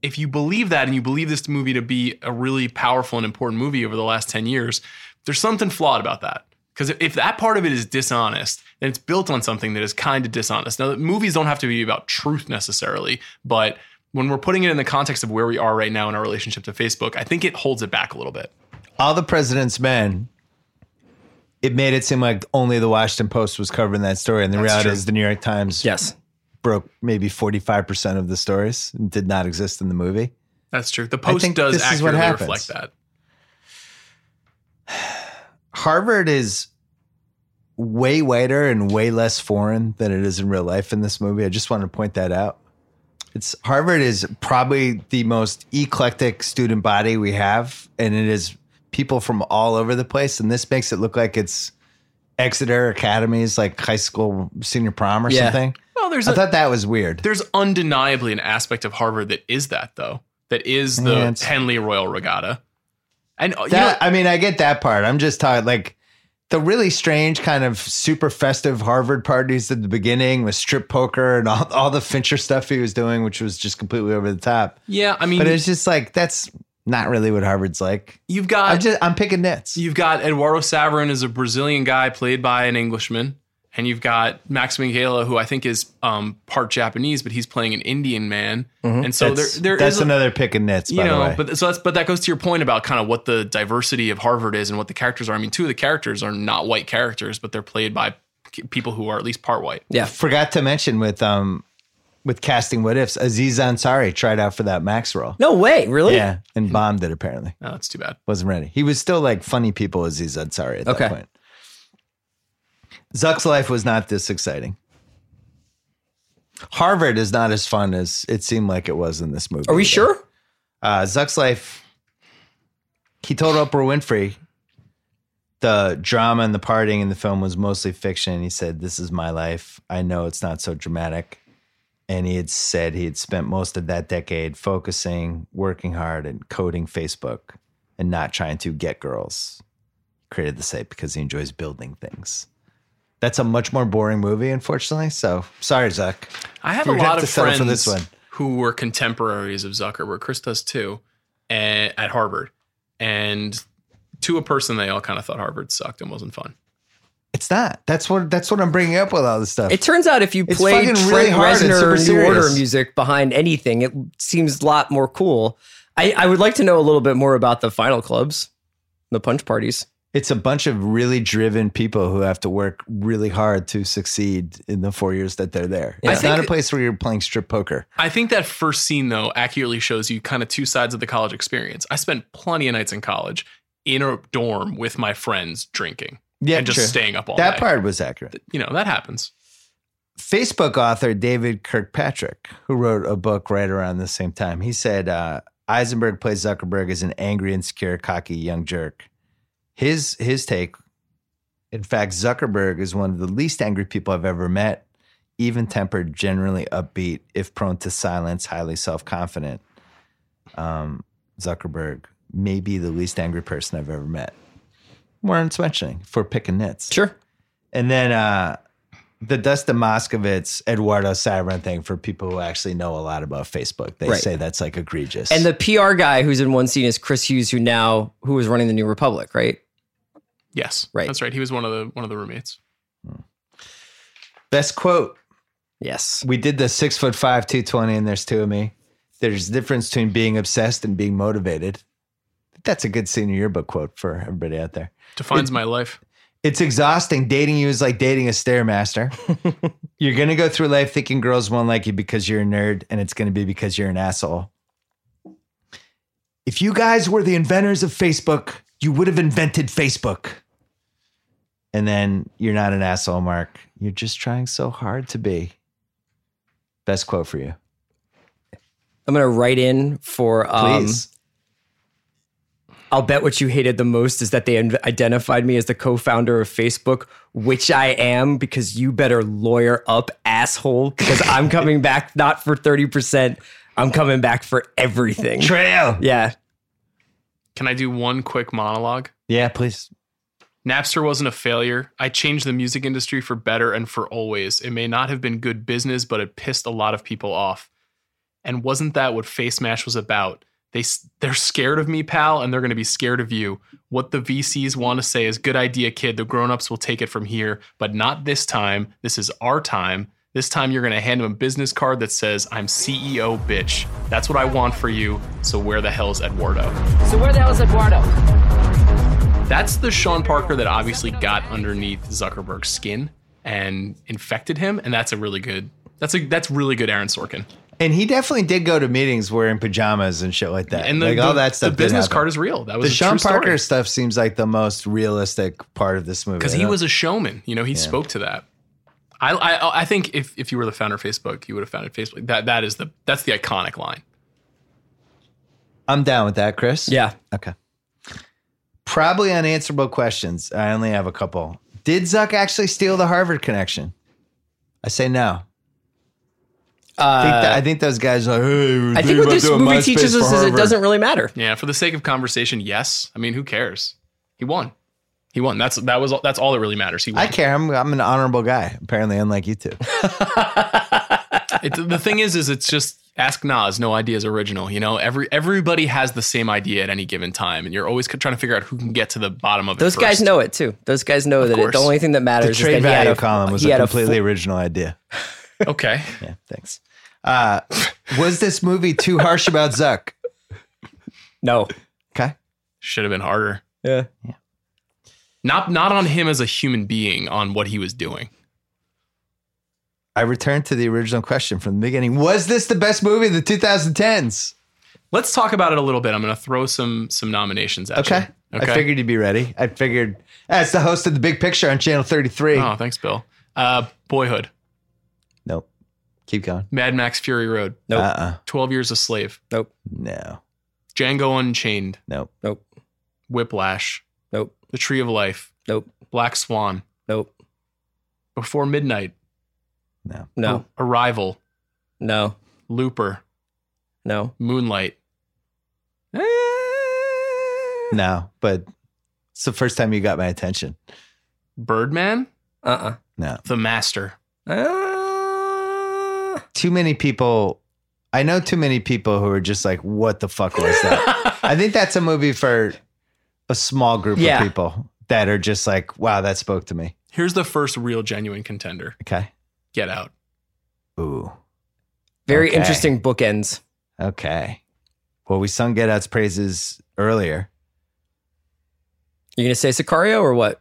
Speaker 9: if you believe that, and you believe this movie to be a really powerful and important movie over the last ten years, there's something flawed about that. Because if- if that part of it is dishonest, then it's built on something that is kind of dishonest. Now, movies don't have to be about truth necessarily, but when we're putting it in the context of where we are right now in our relationship to Facebook, I think it holds it back a little bit.
Speaker 1: all the president's men it made it seem like only the washington post was covering that story and the reality
Speaker 9: true.
Speaker 1: is the new york times
Speaker 2: Yes,
Speaker 1: broke maybe 45% of the stories and did not exist in the movie
Speaker 9: That's true. The
Speaker 1: I
Speaker 9: post
Speaker 1: think
Speaker 9: does
Speaker 1: this is what
Speaker 9: accurately
Speaker 1: happens.
Speaker 9: reflect that.
Speaker 1: harvard is way whiter and way less foreign than it is in real life in this movie i just wanted to point that out it's harvard is probably the most eclectic student body we have and it is people from all over the place and this makes it look like it's exeter academies like high school senior prom or
Speaker 2: Yeah.
Speaker 1: something
Speaker 9: Well, there's
Speaker 1: I
Speaker 9: a,
Speaker 1: thought that was weird.
Speaker 9: there's undeniably an aspect of Harvard that is that though. That is the
Speaker 1: Yeah, it's-
Speaker 9: Henley Royal Regatta. And uh, you know,
Speaker 1: That I mean, I get that part. I'm just talking like the really strange kind of super festive Harvard parties at the beginning with strip poker and all, all the Fincher stuff he was doing, which was just completely over the top.
Speaker 9: yeah, I mean,
Speaker 1: But it's just like that's not really what Harvard's like.
Speaker 9: you've got
Speaker 1: I'm just I'm picking nits.
Speaker 9: You've got Eduardo Saverin is a Brazilian guy played by an Englishman, and you've got Max Minghella, who I think is um, part Japanese, but he's playing an Indian man, and so
Speaker 1: that's
Speaker 9: there there
Speaker 1: Mm-hmm. that's
Speaker 9: is a-
Speaker 1: another pick and nits,
Speaker 9: you
Speaker 1: by the
Speaker 9: know,
Speaker 1: way.
Speaker 9: but so that's but that goes to your point about kind of what the diversity of Harvard is and what the characters are. I mean, two of the characters are not white characters, but they're played by c- people who are at least part white.
Speaker 2: yeah.
Speaker 1: forgot to mention with um with casting what ifs. Aziz Ansari tried out for that Max role.
Speaker 2: No way, really?
Speaker 1: Yeah, and bombed it apparently.
Speaker 9: Oh, that's too bad.
Speaker 1: Wasn't ready. He was still like funny people Aziz Ansari at
Speaker 2: Okay.
Speaker 1: that point. Zuck's life was not this exciting. Harvard is not as fun as it seemed like it was in this movie.
Speaker 2: Are we
Speaker 1: either.
Speaker 2: sure?
Speaker 1: Uh, Zuck's life, he told Oprah Winfrey the drama and the partying in the film was mostly fiction. He said, This is my life. I know it's not so dramatic. And he had said he had spent most of that decade focusing, working hard, and coding Facebook and not trying to get girls. Created the site because he enjoys building things. That's a much more boring movie, unfortunately. So sorry, Zuck.
Speaker 9: I have
Speaker 1: You're
Speaker 9: a
Speaker 1: gonna
Speaker 9: lot
Speaker 1: have
Speaker 9: of
Speaker 1: to settle
Speaker 9: friends
Speaker 1: for this one.
Speaker 9: who were contemporaries of Zuckerberg. Chris does too, and, at Harvard. And to a person, they all kind of thought Harvard sucked and wasn't fun.
Speaker 1: It's not. That's what that's what I'm bringing up with all this stuff.
Speaker 2: It turns out if you
Speaker 1: It's
Speaker 2: play
Speaker 1: fucking
Speaker 2: Trent
Speaker 1: really hard and super
Speaker 2: Reznor New Order
Speaker 1: serious.
Speaker 2: music behind anything, it seems a lot more cool. I, I would like to know a little bit more about the final clubs, the punch parties.
Speaker 1: It's a bunch of really driven people who have to work really hard to succeed in the four years that they're there.
Speaker 2: Yeah.
Speaker 1: It's
Speaker 9: I
Speaker 1: not a
Speaker 9: think-
Speaker 1: place where you're playing strip poker.
Speaker 9: I think that first scene though accurately shows you kind of two sides of the college experience. I spent plenty of nights in college in a dorm with my friends drinking
Speaker 1: Yeah,
Speaker 9: and just
Speaker 1: true.
Speaker 9: staying up all
Speaker 1: That
Speaker 9: night.
Speaker 1: part was accurate.
Speaker 9: you know, that happens.
Speaker 1: Facebook author David Kirkpatrick, who wrote a book right around the same time, he said uh, Eisenberg plays Zuckerberg as an angry, insecure, cocky young jerk. His his take, in fact, Zuckerberg is one of the least angry people I've ever met. Even tempered, generally upbeat, if prone to silence, highly self confident. Um, Zuckerberg may be the least angry person I've ever met. Warren's mentioning for picking nits.
Speaker 2: Sure.
Speaker 1: And then uh, the Dustin Moskovitz, Eduardo Sabran thing for people who actually know a lot about Facebook. They
Speaker 2: Right.
Speaker 1: say that's like egregious.
Speaker 2: And the PR guy who's in one scene is Chris Hughes, who now who is running the New Republic, right?
Speaker 9: Yes,
Speaker 2: Right.
Speaker 9: That's right. He was one of the one of the roommates.
Speaker 1: best quote
Speaker 2: Yes.
Speaker 1: we did the six foot five, 220, and there's two of me. There's a difference between being obsessed and being motivated. That's a good senior yearbook quote for everybody out there.
Speaker 9: Defines my life.
Speaker 1: It's exhausting. Dating you is like dating a stairmaster. you're gonna go through life thinking girls won't like you because you're a nerd, and it's gonna be because you're an asshole. If you guys were the inventors of Facebook, you would have invented Facebook. And then you're not an asshole, Mark. You're just trying so hard to be. Best quote for you,
Speaker 2: I'm gonna write in for um
Speaker 1: please.
Speaker 2: I'll bet what you hated the most is that they in- identified me as the co-founder of Facebook, which I am because you better lawyer up, asshole, because I'm coming back not for 30%, I'm coming back for everything.
Speaker 1: Trail.
Speaker 2: Yeah.
Speaker 9: Can I do one quick monologue?
Speaker 1: Yeah, please.
Speaker 9: Napster wasn't a failure. I changed the music industry for better and for always. It may not have been good business, but it pissed a lot of people off. And wasn't that what Face Mash was about? They s- they're scared of me, pal, and they're going to be scared of you. What the VCs want to say is good idea, kid. The grown-ups will take it from here, but not this time. This is our time. This time you're going to hand them a business card that says I'm CEO, bitch. That's what I want for you. So where the hell's Eduardo?
Speaker 5: So where the hell is Eduardo?
Speaker 9: That's the Sean Parker that obviously got underneath Zuckerberg's skin and infected him, and that's a really good. That's a that's really good Aaron Sorkin.
Speaker 1: And he definitely did go to meetings wearing pajamas and shit like that.
Speaker 9: And the,
Speaker 1: like
Speaker 9: the-
Speaker 1: all that stuff.
Speaker 9: the
Speaker 1: did
Speaker 9: business
Speaker 1: happen.
Speaker 9: card is real. That was
Speaker 1: the
Speaker 9: a
Speaker 1: Sean
Speaker 9: true
Speaker 1: Parker
Speaker 9: Parker
Speaker 1: stuff seems like the most realistic part of this movie.
Speaker 9: because
Speaker 1: I
Speaker 9: he
Speaker 1: don't-
Speaker 9: was a showman. You know, he spoke to that. I, I I think if if you were the founder of Facebook, you would have founded Facebook. That that is the that's the iconic line.
Speaker 1: I'm down with that, Chris.
Speaker 2: Yeah.
Speaker 1: Okay. Probably unanswerable questions. I only have a couple. Did Zuck actually steal the Harvard connection? I say no. I think, that, I think those guys are like, hey, we're
Speaker 2: Uh, I
Speaker 1: thinking
Speaker 2: think what
Speaker 1: about
Speaker 2: this
Speaker 1: doing
Speaker 2: movie
Speaker 1: MySpace
Speaker 2: teaches
Speaker 1: for
Speaker 2: us is it
Speaker 1: Harvard.
Speaker 2: doesn't really matter.
Speaker 9: Yeah, for the sake of conversation, yes. I mean, who cares? He won. He won. That's that was all- that's all that really matters. He won.
Speaker 1: I care. I'm, I'm an honorable guy, apparently, unlike you two.
Speaker 9: it, the thing is, is it's just ask Nas. No idea is original. You know, every everybody has the same idea at any given time, and you're always trying to figure out who can get to the bottom of it.
Speaker 2: Those guys
Speaker 9: first.
Speaker 2: know it too. Those guys know that it,
Speaker 9: course.
Speaker 2: the only thing that matters
Speaker 1: The
Speaker 2: is
Speaker 1: trade
Speaker 2: that he had
Speaker 1: value
Speaker 2: a,
Speaker 1: column was
Speaker 2: he
Speaker 1: a
Speaker 2: had
Speaker 1: completely
Speaker 2: full-
Speaker 1: original idea.
Speaker 9: Okay,
Speaker 1: Yeah, thanks. Uh, was this movie too harsh about Zuck?
Speaker 2: no.
Speaker 1: Okay.
Speaker 9: should have been harder.
Speaker 2: Yeah.
Speaker 9: Not not on him as a human being, on what he was doing.
Speaker 1: I returned to the original question from the beginning. Was this the best movie of the 2010s?
Speaker 9: Let's talk about it a little bit. I'm going to throw some some nominations at
Speaker 1: Okay.
Speaker 9: you.
Speaker 1: I figured you'd be ready. I figured as the host of the Big Picture on Channel 33.
Speaker 9: Oh, thanks, Bill. Uh, Boyhood,
Speaker 1: Nope. Keep going.
Speaker 9: Mad Max Fury Road,
Speaker 2: Nope.
Speaker 1: Uh-uh.
Speaker 9: Twelve Years a Slave,
Speaker 2: Nope.
Speaker 1: No.
Speaker 9: Django Unchained,
Speaker 1: Nope.
Speaker 2: Nope.
Speaker 9: Whiplash,
Speaker 2: Nope.
Speaker 9: The Tree of Life,
Speaker 2: Nope.
Speaker 9: Black Swan,
Speaker 2: Nope.
Speaker 9: Before Midnight,
Speaker 1: No.
Speaker 2: No.
Speaker 9: Arrival,
Speaker 2: No.
Speaker 9: Looper,
Speaker 2: No.
Speaker 9: Moonlight.
Speaker 1: No. But it's the first time you got my attention.
Speaker 9: Birdman,
Speaker 2: Uh-uh.
Speaker 1: No.
Speaker 9: The Master.
Speaker 2: Uh,
Speaker 1: Too many people. I know too many people who are just like, what the fuck was that? I think that's a movie for a small group
Speaker 2: Yeah.
Speaker 1: of people that are just like, wow, that spoke to me.
Speaker 9: Here's the first real genuine contender.
Speaker 1: Okay.
Speaker 9: Get Out.
Speaker 1: Ooh.
Speaker 2: very
Speaker 1: Okay.
Speaker 2: interesting bookends.
Speaker 1: Okay. Well, we sung Get Out's praises earlier.
Speaker 2: You're gonna say Sicario or what?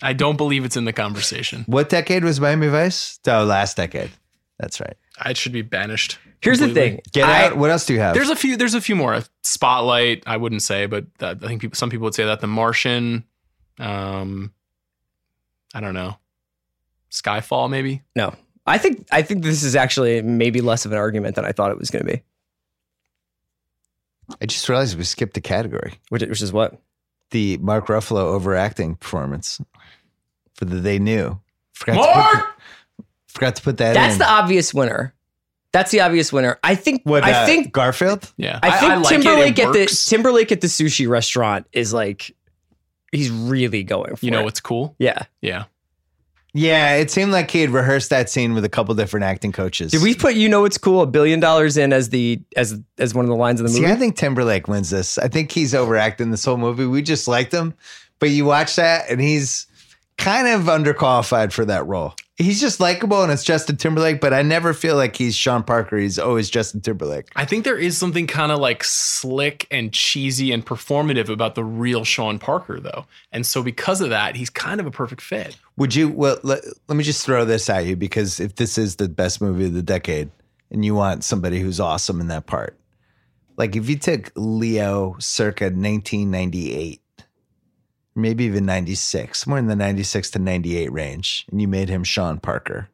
Speaker 9: I don't believe it's in the conversation.
Speaker 1: What decade was Miami Vice? Oh, last decade. That's right.
Speaker 9: I should be banished.
Speaker 2: Here's the
Speaker 9: completely.
Speaker 2: thing.
Speaker 1: Get
Speaker 2: I-
Speaker 1: Out. What else do you have?
Speaker 9: There's a few. There's a few more. Spotlight. I wouldn't say, but that, I think people, some people would say that. The Martian. Um, I don't know. Skyfall, maybe.
Speaker 2: No. I think I think this is actually maybe less of an argument than I thought it was gonna be.
Speaker 1: I just realized we skipped a category.
Speaker 2: Which, which is what?
Speaker 1: The Mark Ruffalo overacting performance for the They Knew. Forgot To put,
Speaker 9: Mark!
Speaker 1: forgot to put that
Speaker 2: That's
Speaker 1: in.
Speaker 2: the obvious winner. That's the obvious winner. I think
Speaker 1: What,
Speaker 2: I
Speaker 1: uh,
Speaker 2: think
Speaker 1: Garfield?
Speaker 9: Yeah.
Speaker 2: I think
Speaker 9: like it. It
Speaker 2: Timberlake at the
Speaker 9: works.
Speaker 2: Timberlake at the sushi restaurant is like he's really going for
Speaker 9: You know
Speaker 2: it.
Speaker 9: what's cool?
Speaker 2: yeah.
Speaker 9: Yeah.
Speaker 1: Yeah, it seemed like he had rehearsed that scene with a couple different acting coaches.
Speaker 2: Did we put you know what's cool a billion dollars in as the as as one of the lines of the
Speaker 1: See,
Speaker 2: movie?
Speaker 1: I think Timberlake wins this. I think he's overacting this whole movie. We just liked him, but you watch that and he's kind of underqualified for that role. He's just likable and it's Justin Timberlake, but I never feel like he's Sean Parker. He's always Justin Timberlake.
Speaker 9: I think there is something kind of like slick and cheesy and performative about the real Sean Parker, though. And so, because of that, he's kind of a perfect fit.
Speaker 1: Would you? Well, let, let me just throw this at you because if this is the best movie of the decade, and you want somebody who's awesome in that part, like if you took Leo circa 1998, maybe even 96, somewhere in the 96 to 98 range, and you made him Sean Parker,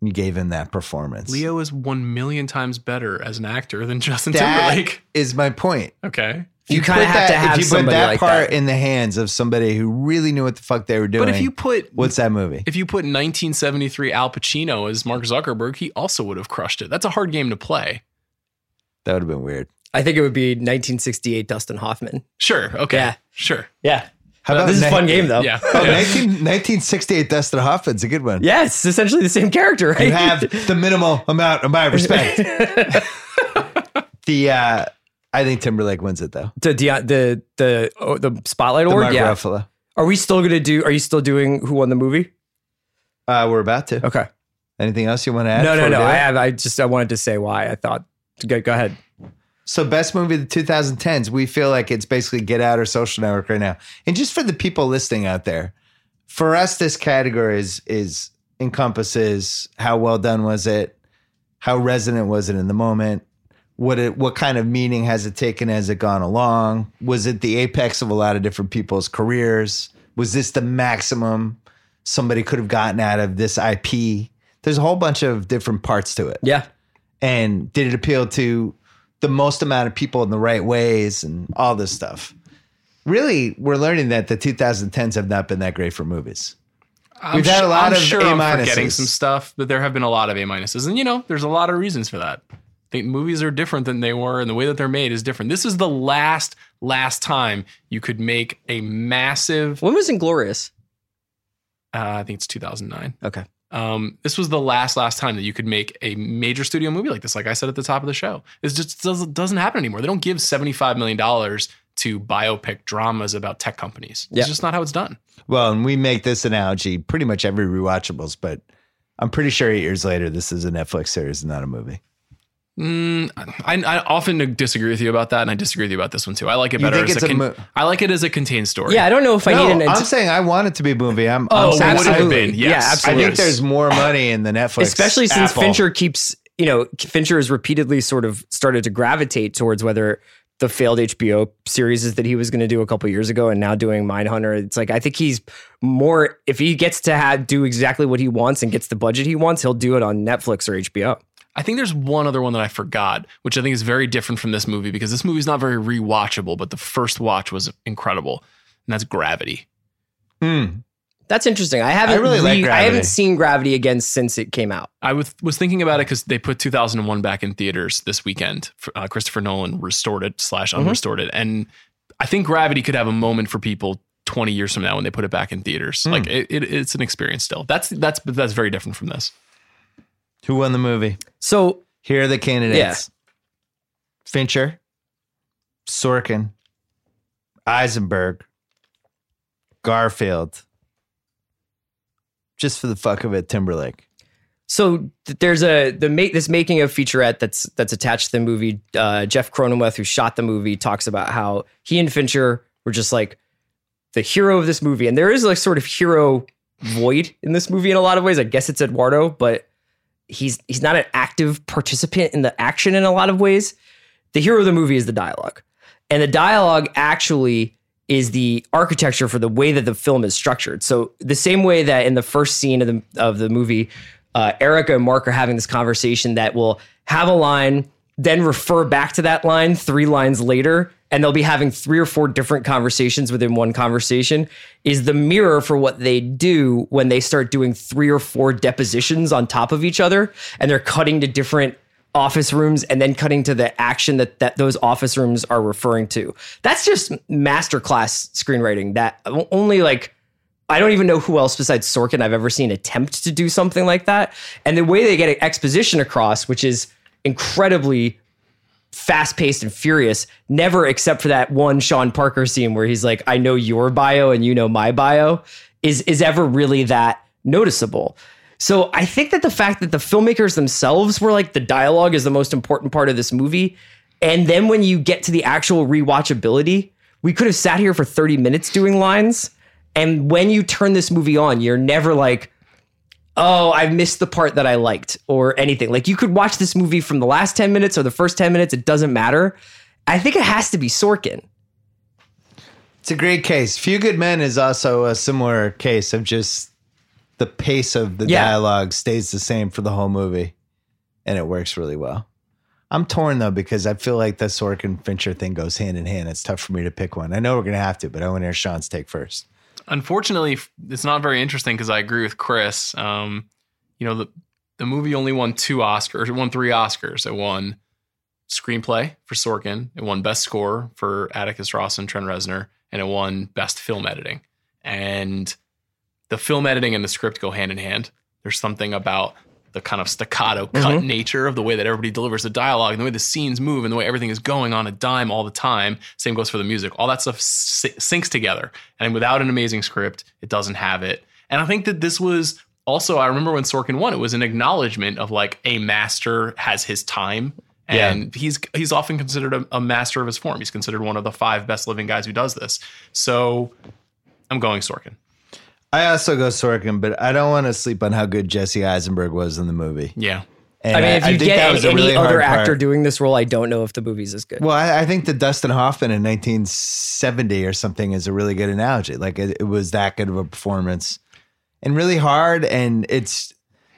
Speaker 1: and you gave him that performance.
Speaker 9: Leo is one million times better as an actor than Justin
Speaker 1: that
Speaker 9: Timberlake.
Speaker 1: is my point.
Speaker 9: Okay.
Speaker 1: If
Speaker 2: You kinda
Speaker 1: put
Speaker 2: have to have
Speaker 1: if you put
Speaker 2: somebody
Speaker 1: that
Speaker 2: like
Speaker 1: part
Speaker 2: that.
Speaker 1: in the hands of somebody who really knew what the fuck they were doing.
Speaker 9: But if you put
Speaker 1: what's that movie?
Speaker 9: if you put 1973 Al Pacino as Mark Zuckerberg, he also would have crushed it. That's a hard game to play.
Speaker 1: That would have been weird.
Speaker 2: I think it would be 1968 Dustin Hoffman.
Speaker 9: Sure. Okay.
Speaker 2: Yeah.
Speaker 9: Sure.
Speaker 2: Yeah.
Speaker 1: How about
Speaker 2: this is a
Speaker 1: Night-
Speaker 2: fun game though.
Speaker 9: Yeah.
Speaker 1: Oh,
Speaker 9: Yeah.
Speaker 1: 19, 1968 Dustin Hoffman's a good one.
Speaker 2: Yeah, it's essentially the same character, right?
Speaker 1: You have the minimal amount of my respect. the uh I think Timberlake wins it though.
Speaker 2: the Deon- the the oh, the spotlight
Speaker 1: The
Speaker 2: award.
Speaker 1: Mark
Speaker 2: yeah.
Speaker 1: Ruffalo.
Speaker 2: Are we still gonna do? Are you still doing who won the movie?
Speaker 1: Uh, we're about to.
Speaker 2: Okay.
Speaker 1: Anything else you want to add?
Speaker 2: no, no,
Speaker 1: before we
Speaker 2: no.
Speaker 1: do
Speaker 2: I
Speaker 1: it?
Speaker 2: have. I just I wanted to say why I thought. Go, go ahead.
Speaker 1: So best movie of the 2010s. We feel like it's basically Get Out or Social Network right now. And just for the people listening out there, for us, this category is is encompasses how well done was it, how resonant was it in the moment, what it what kind of meaning has it taken as it gone along? Was it the apex of a lot of different people's careers? Was this the maximum somebody could have gotten out of this IP? There's a whole bunch of different parts to it
Speaker 2: Yeah.
Speaker 1: and did it appeal to the most amount of people in the right ways and all this stuff really we're learning that the 2010s have not been that great for movies
Speaker 9: I'm
Speaker 1: We've had a
Speaker 9: su-
Speaker 1: lot
Speaker 9: I'm
Speaker 1: of
Speaker 9: sure
Speaker 1: A
Speaker 9: I'm forgetting
Speaker 1: minuses.
Speaker 9: some stuff, but there have been a lot of A minuses, and you know, there's a lot of reasons for that. I think movies are different than they were, and the way that they're made is different. This is the last last time you could make a massive. Uh,
Speaker 2: When was Inglorious?
Speaker 9: I think it's 2009.
Speaker 2: Okay.
Speaker 9: Um, this was the last last time that you could make a major studio movie like this. Like I said at the top of the show, it just doesn't doesn't happen anymore. They don't give 75 million dollars to biopic dramas about tech companies.
Speaker 2: Yeah.
Speaker 9: It's just not how it's done.
Speaker 1: well and we make this analogy pretty much every rewatchables but i'm pretty sure eight years later this is a netflix series and not a movie
Speaker 9: Mm, I, I often disagree with you about that, and I disagree with you about this one too. I like it
Speaker 1: You
Speaker 9: better.
Speaker 1: think
Speaker 9: as
Speaker 1: it's a
Speaker 9: con-
Speaker 1: mo-
Speaker 9: I like it as a contained story.
Speaker 2: Yeah, I don't know if I
Speaker 1: No,
Speaker 2: need an.
Speaker 1: I'm saying I want it to be a movie. I'm, I'm
Speaker 2: Oh,
Speaker 1: saying
Speaker 9: would have
Speaker 1: I-
Speaker 9: been.
Speaker 2: absolutely. Yeah,
Speaker 9: Yes.
Speaker 1: I
Speaker 2: absolutely.
Speaker 1: think there's more money in the Netflix,
Speaker 2: especially since
Speaker 1: Apple.
Speaker 2: Fincher keeps, you know, Fincher has repeatedly sort of started to gravitate towards whether the failed HBO series that he was going to do a couple years ago and now doing Mindhunter. It's like, I think he's more, if he gets to have, do exactly what he wants and gets the budget he wants, he'll do it on Netflix or HBO.
Speaker 9: I think there's one other one that I forgot, which I think is very different from this movie because this movie's not very rewatchable, but the first watch was incredible, and that's Gravity.
Speaker 1: Hmm.
Speaker 2: That's interesting. I
Speaker 1: I
Speaker 2: haven't
Speaker 1: really like
Speaker 2: I haven't
Speaker 1: Gravity.
Speaker 2: seen Gravity again since it came out.
Speaker 9: I was was thinking about it because they put 2001 back in theaters this weekend. F- Uh, Christopher Nolan restored it slash unrestored it, and I think Gravity could have a moment for people 20 years from now when they put it back in theaters. Like it, it, it's an experience still. That's that's but that's very different from this.
Speaker 1: Who won the movie?
Speaker 2: So
Speaker 1: Here are the candidates.
Speaker 2: Yeah.
Speaker 1: Fincher, Sorkin, Eisenberg, Garfield. Just for the fuck of it, Timberlake.
Speaker 2: So th- there's a the make this making of featurette that's that's attached to the movie. Uh, Jeff Cronenweth, who shot the movie, talks about how he and Fincher were just like the hero of this movie, and there is like sort of hero void in this movie in a lot of ways. I guess it's Eduardo, but he's he's not an active participant in the action in a lot of ways. The hero of the movie is the dialogue, and the dialogue actually is the architecture for the way that the film is structured. So the same way that in the first scene of the of the movie, uh, Erica and Mark are having this conversation that will have a line, then refer back to that line three lines later, and they'll be having three or four different conversations within one conversation. Is the mirror for what they do when they start doing three or four depositions on top of each other, and they're cutting to different office rooms and then cutting to the action that, that those office rooms are referring to. That's just masterclass screenwriting that only like I don't even know who else besides Sorkin I've ever seen attempt to do something like that. And the way they get exposition across, which is incredibly fast paced and furious, never except for that one Sean Parker scene where he's like, I know your bio and you know my bio, is is ever really that noticeable. So I think that the fact that the filmmakers themselves were like the dialogue is the most important part of this movie. And then when you get to the actual rewatchability, we could have sat here for 30 minutes doing lines. And when you turn this movie on, you're never like, oh, I missed the part that I liked or anything. Like you could watch this movie from the last 10 minutes or the first 10 minutes, it doesn't matter. I think it has to be Sorkin.
Speaker 1: It's a great case. Few Good Men is also a similar case of just the pace of the
Speaker 2: Yeah.
Speaker 1: dialogue stays the same for the whole movie and it works really well. I'm torn though because I feel like the Sorkin Fincher thing goes hand in hand. It's tough for me to pick one. I know we're going to have to, but I want to hear Sean's take first.
Speaker 9: Unfortunately, f- it's not very interesting because I agree with Chris. Um, you know the the movie only won two Oscars, it won three Oscars. It won screenplay for Sorkin, it won best score for Atticus Ross and Trent Reznor, and it won best film editing. And the film editing and the script go hand in hand. There's something about the kind of staccato cut nature of the way that everybody delivers the dialogue and the way the scenes move and the way everything is going on a dime all the time. Same goes for the music. All that stuff sy- syncs together. And without an amazing script, it doesn't have it. And I think that this was also, I remember when Sorkin won, it was an acknowledgement of like a master has his time. And he's he's often considered a, a master of his form. He's considered one of the five best living guys who does this. So I'm going Sorkin.
Speaker 1: I also go Sorkin, but I don't want to sleep on how good Jesse Eisenberg was in the movie.
Speaker 9: Yeah.
Speaker 1: And
Speaker 2: I mean, if you
Speaker 1: think
Speaker 2: get
Speaker 1: that
Speaker 2: any,
Speaker 1: was a
Speaker 2: any
Speaker 1: really
Speaker 2: other
Speaker 1: hard part.
Speaker 2: actor doing this role, I don't know if the movie's as good.
Speaker 1: Well, I, I think the Dustin Hoffman in 1970 or something is a really good analogy. Like it, it was that good of a performance and really hard. And it's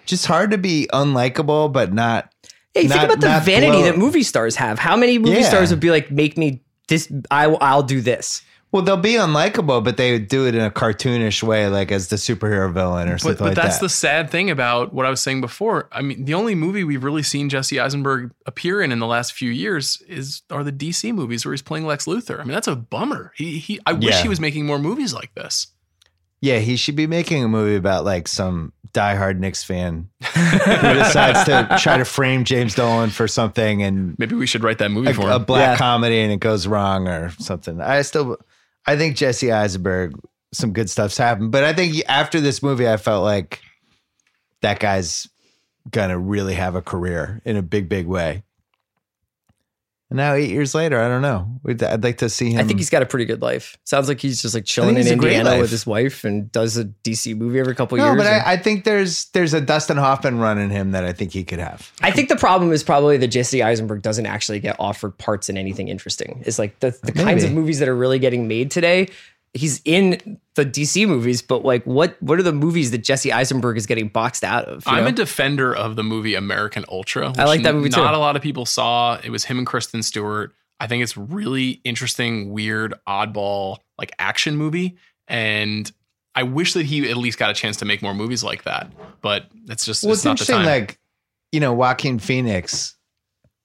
Speaker 1: just hard to be unlikable, but not.
Speaker 2: Yeah, you
Speaker 1: not-
Speaker 2: think about the
Speaker 1: not
Speaker 2: vanity
Speaker 1: blow-
Speaker 2: that movie stars have. How many movie
Speaker 1: Yeah.
Speaker 2: stars would be like, make me this? I, I'll do this.
Speaker 1: Well, they'll be unlikable, but they do it in a cartoonish way, like as the superhero villain or something
Speaker 9: but, but
Speaker 1: like
Speaker 9: that's
Speaker 1: that.
Speaker 9: the sad thing about what I was saying before. I mean, the only movie we've really seen Jesse Eisenberg appear in in the last few years is are the DC movies where he's playing Lex Luthor. I mean, that's a bummer. He he. I wish
Speaker 1: Yeah.
Speaker 9: he was making more movies like this.
Speaker 1: yeah, he should be making a movie about like some diehard Knicks fan who decides to try to frame James Dolan for something and
Speaker 9: Maybe we should write that movie
Speaker 1: a,
Speaker 9: for him.
Speaker 1: a black
Speaker 2: Yeah.
Speaker 1: comedy and it goes wrong or something. I still, I think Jesse Eisenberg, some good stuff's happened, but I think after this movie, I felt like that guy's gonna really have a career in a big, big way And now eight years later, I don't know. We'd- I'd like to see him.
Speaker 2: I think he's got a pretty good life. Sounds like he's just like chilling in
Speaker 1: Hmm. he's a great
Speaker 2: Indiana
Speaker 1: life.
Speaker 2: with his wife and does a DC movie every couple
Speaker 1: no,
Speaker 2: years.
Speaker 1: but
Speaker 2: and-
Speaker 1: I, I think there's there's a Dustin Hoffman run in him that I think he could have.
Speaker 2: I think the problem is probably that Jesse Eisenberg doesn't actually get offered parts in anything interesting. It's like the, the kinds of
Speaker 1: Maybe.
Speaker 2: movies that are really getting made today. He's in the DC movies, but like, what what are the movies that Jesse Eisenberg is getting boxed out of? you
Speaker 9: I'm
Speaker 2: know?
Speaker 9: a defender of the movie American Ultra. Which
Speaker 2: I like that movie too.
Speaker 9: Not a lot of people saw. It was him and Kristen Stewart. I think it's really interesting, weird, oddball, like action movie. And I wish that he at least got a chance to make more movies like that. But it's just
Speaker 1: Well,
Speaker 9: it's,
Speaker 1: it's,
Speaker 9: not the
Speaker 1: interesting,
Speaker 9: time.
Speaker 1: like, you know, Joaquin Phoenix,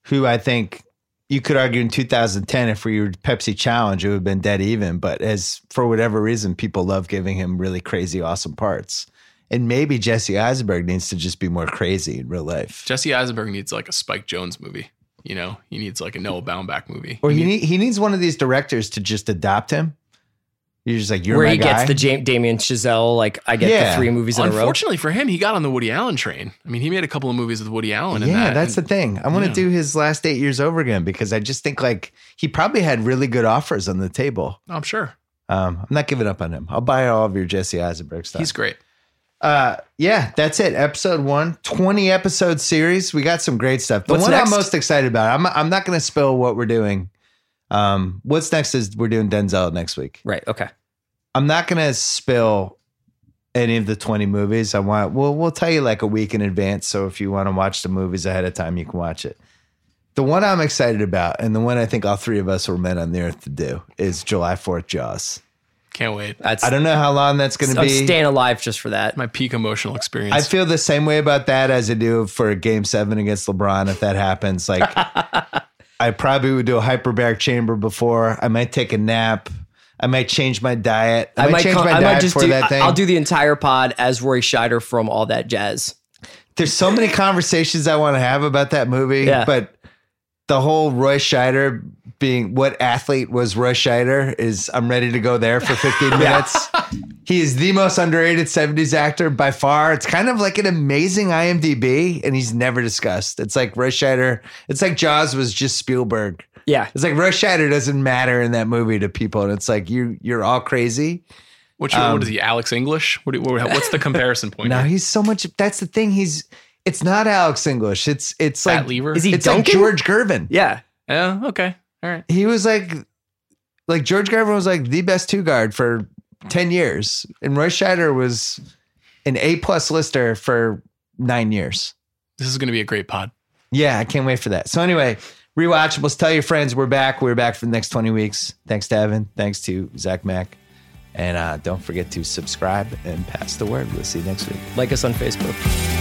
Speaker 1: who I think you could argue in 2010, if we were Pepsi Challenge, it would have been dead even. But as for whatever reason, people love giving him really crazy, awesome parts. And maybe Jesse Eisenberg needs to just be more crazy in real life.
Speaker 9: Jesse Eisenberg needs like a Spike Jones movie. You know, he needs like a Noah Baumbach movie.
Speaker 1: or he, need, he needs one of these directors to just adopt him. You're just like, you're
Speaker 2: Where
Speaker 1: my
Speaker 2: he
Speaker 1: guy.
Speaker 2: gets the Jam- Damien Chazelle, like I get
Speaker 1: Yeah.
Speaker 2: the three movies in a row.
Speaker 9: Unfortunately for him, he got on the Woody Allen train. I mean, he made a couple of movies with Woody Allen. and
Speaker 1: yeah,
Speaker 9: that,
Speaker 1: that's the thing. I want to
Speaker 9: Yeah.
Speaker 1: do his last eight years over again because I just think like he probably had really good offers on the table.
Speaker 9: I'm sure
Speaker 1: Um, I'm not giving up on him. I'll buy all of your Jesse Eisenberg stuff.
Speaker 9: he's great.
Speaker 1: uh, yeah, that's it. Episode one, 20 episode series. We got some great stuff. The
Speaker 2: What's
Speaker 1: one
Speaker 2: next?
Speaker 1: I'm most excited about, I'm, I'm not going to spill what we're doing. Um, what's next is we're doing Denzel next week.
Speaker 2: Right. Okay.
Speaker 1: I'm not going to spill any of the 20 movies. I want, well, we'll tell you like a week in advance. So if you want to watch the movies ahead of time, you can watch it. The one I'm excited about, and the one I think all three of us were meant on the earth to do, is July 4th Jaws.
Speaker 9: Can't wait.
Speaker 2: That's
Speaker 1: I don't know how long that's going to
Speaker 2: I'm
Speaker 1: be.
Speaker 2: staying alive just for that.
Speaker 9: My peak emotional experience.
Speaker 1: I feel the same way about that as I do for Game Seven against LeBron. If that happens, like I probably would do a hyperbaric chamber before. I might take a nap. I might change my diet. I, might, change
Speaker 2: come-
Speaker 1: my
Speaker 2: I
Speaker 1: diet
Speaker 2: might just
Speaker 1: for
Speaker 2: do.
Speaker 1: that thing.
Speaker 2: I'll do the entire pod as Rory Scheider from all that jazz.
Speaker 1: There's so many conversations I want to have about that movie,
Speaker 2: Yeah.
Speaker 1: but the whole Roy Scheider being what athlete was Roy Scheider is I'm ready to go there for 15 minutes. He is the most underrated 70s actor by far. It's kind of like an amazing IMDb, and he's never discussed. It's like Roy Scheider, it's like Jaws was just Spielberg.
Speaker 2: Yeah.
Speaker 1: It's like Roy Scheider doesn't matter in that movie to people, and it's like you you're all crazy.
Speaker 9: What's your, what is he? Alex English? What, do, what what's the comparison point?
Speaker 1: No,
Speaker 9: here?
Speaker 1: he's so much. That's the thing. He's it's not Alex English. It's it's
Speaker 9: Fat
Speaker 1: like
Speaker 9: Lever?
Speaker 2: Is he
Speaker 1: it's like
Speaker 2: Duncan?
Speaker 1: George Gervin.
Speaker 2: Yeah.
Speaker 9: Yeah. Okay. All right.
Speaker 1: He was like like George Gervin was like the best two guard for ten years, and Roy Scheider was an A plus lister for nine years.
Speaker 9: This is going to be a great pod.
Speaker 1: Yeah, I can't wait for that. So anyway, rewatchables. Tell your friends we're back. We're back for the next twenty weeks. Thanks to Evan. Thanks to Zach Mack. And uh, don't forget to subscribe and pass the word. We'll see you next week.
Speaker 2: Like us on Facebook.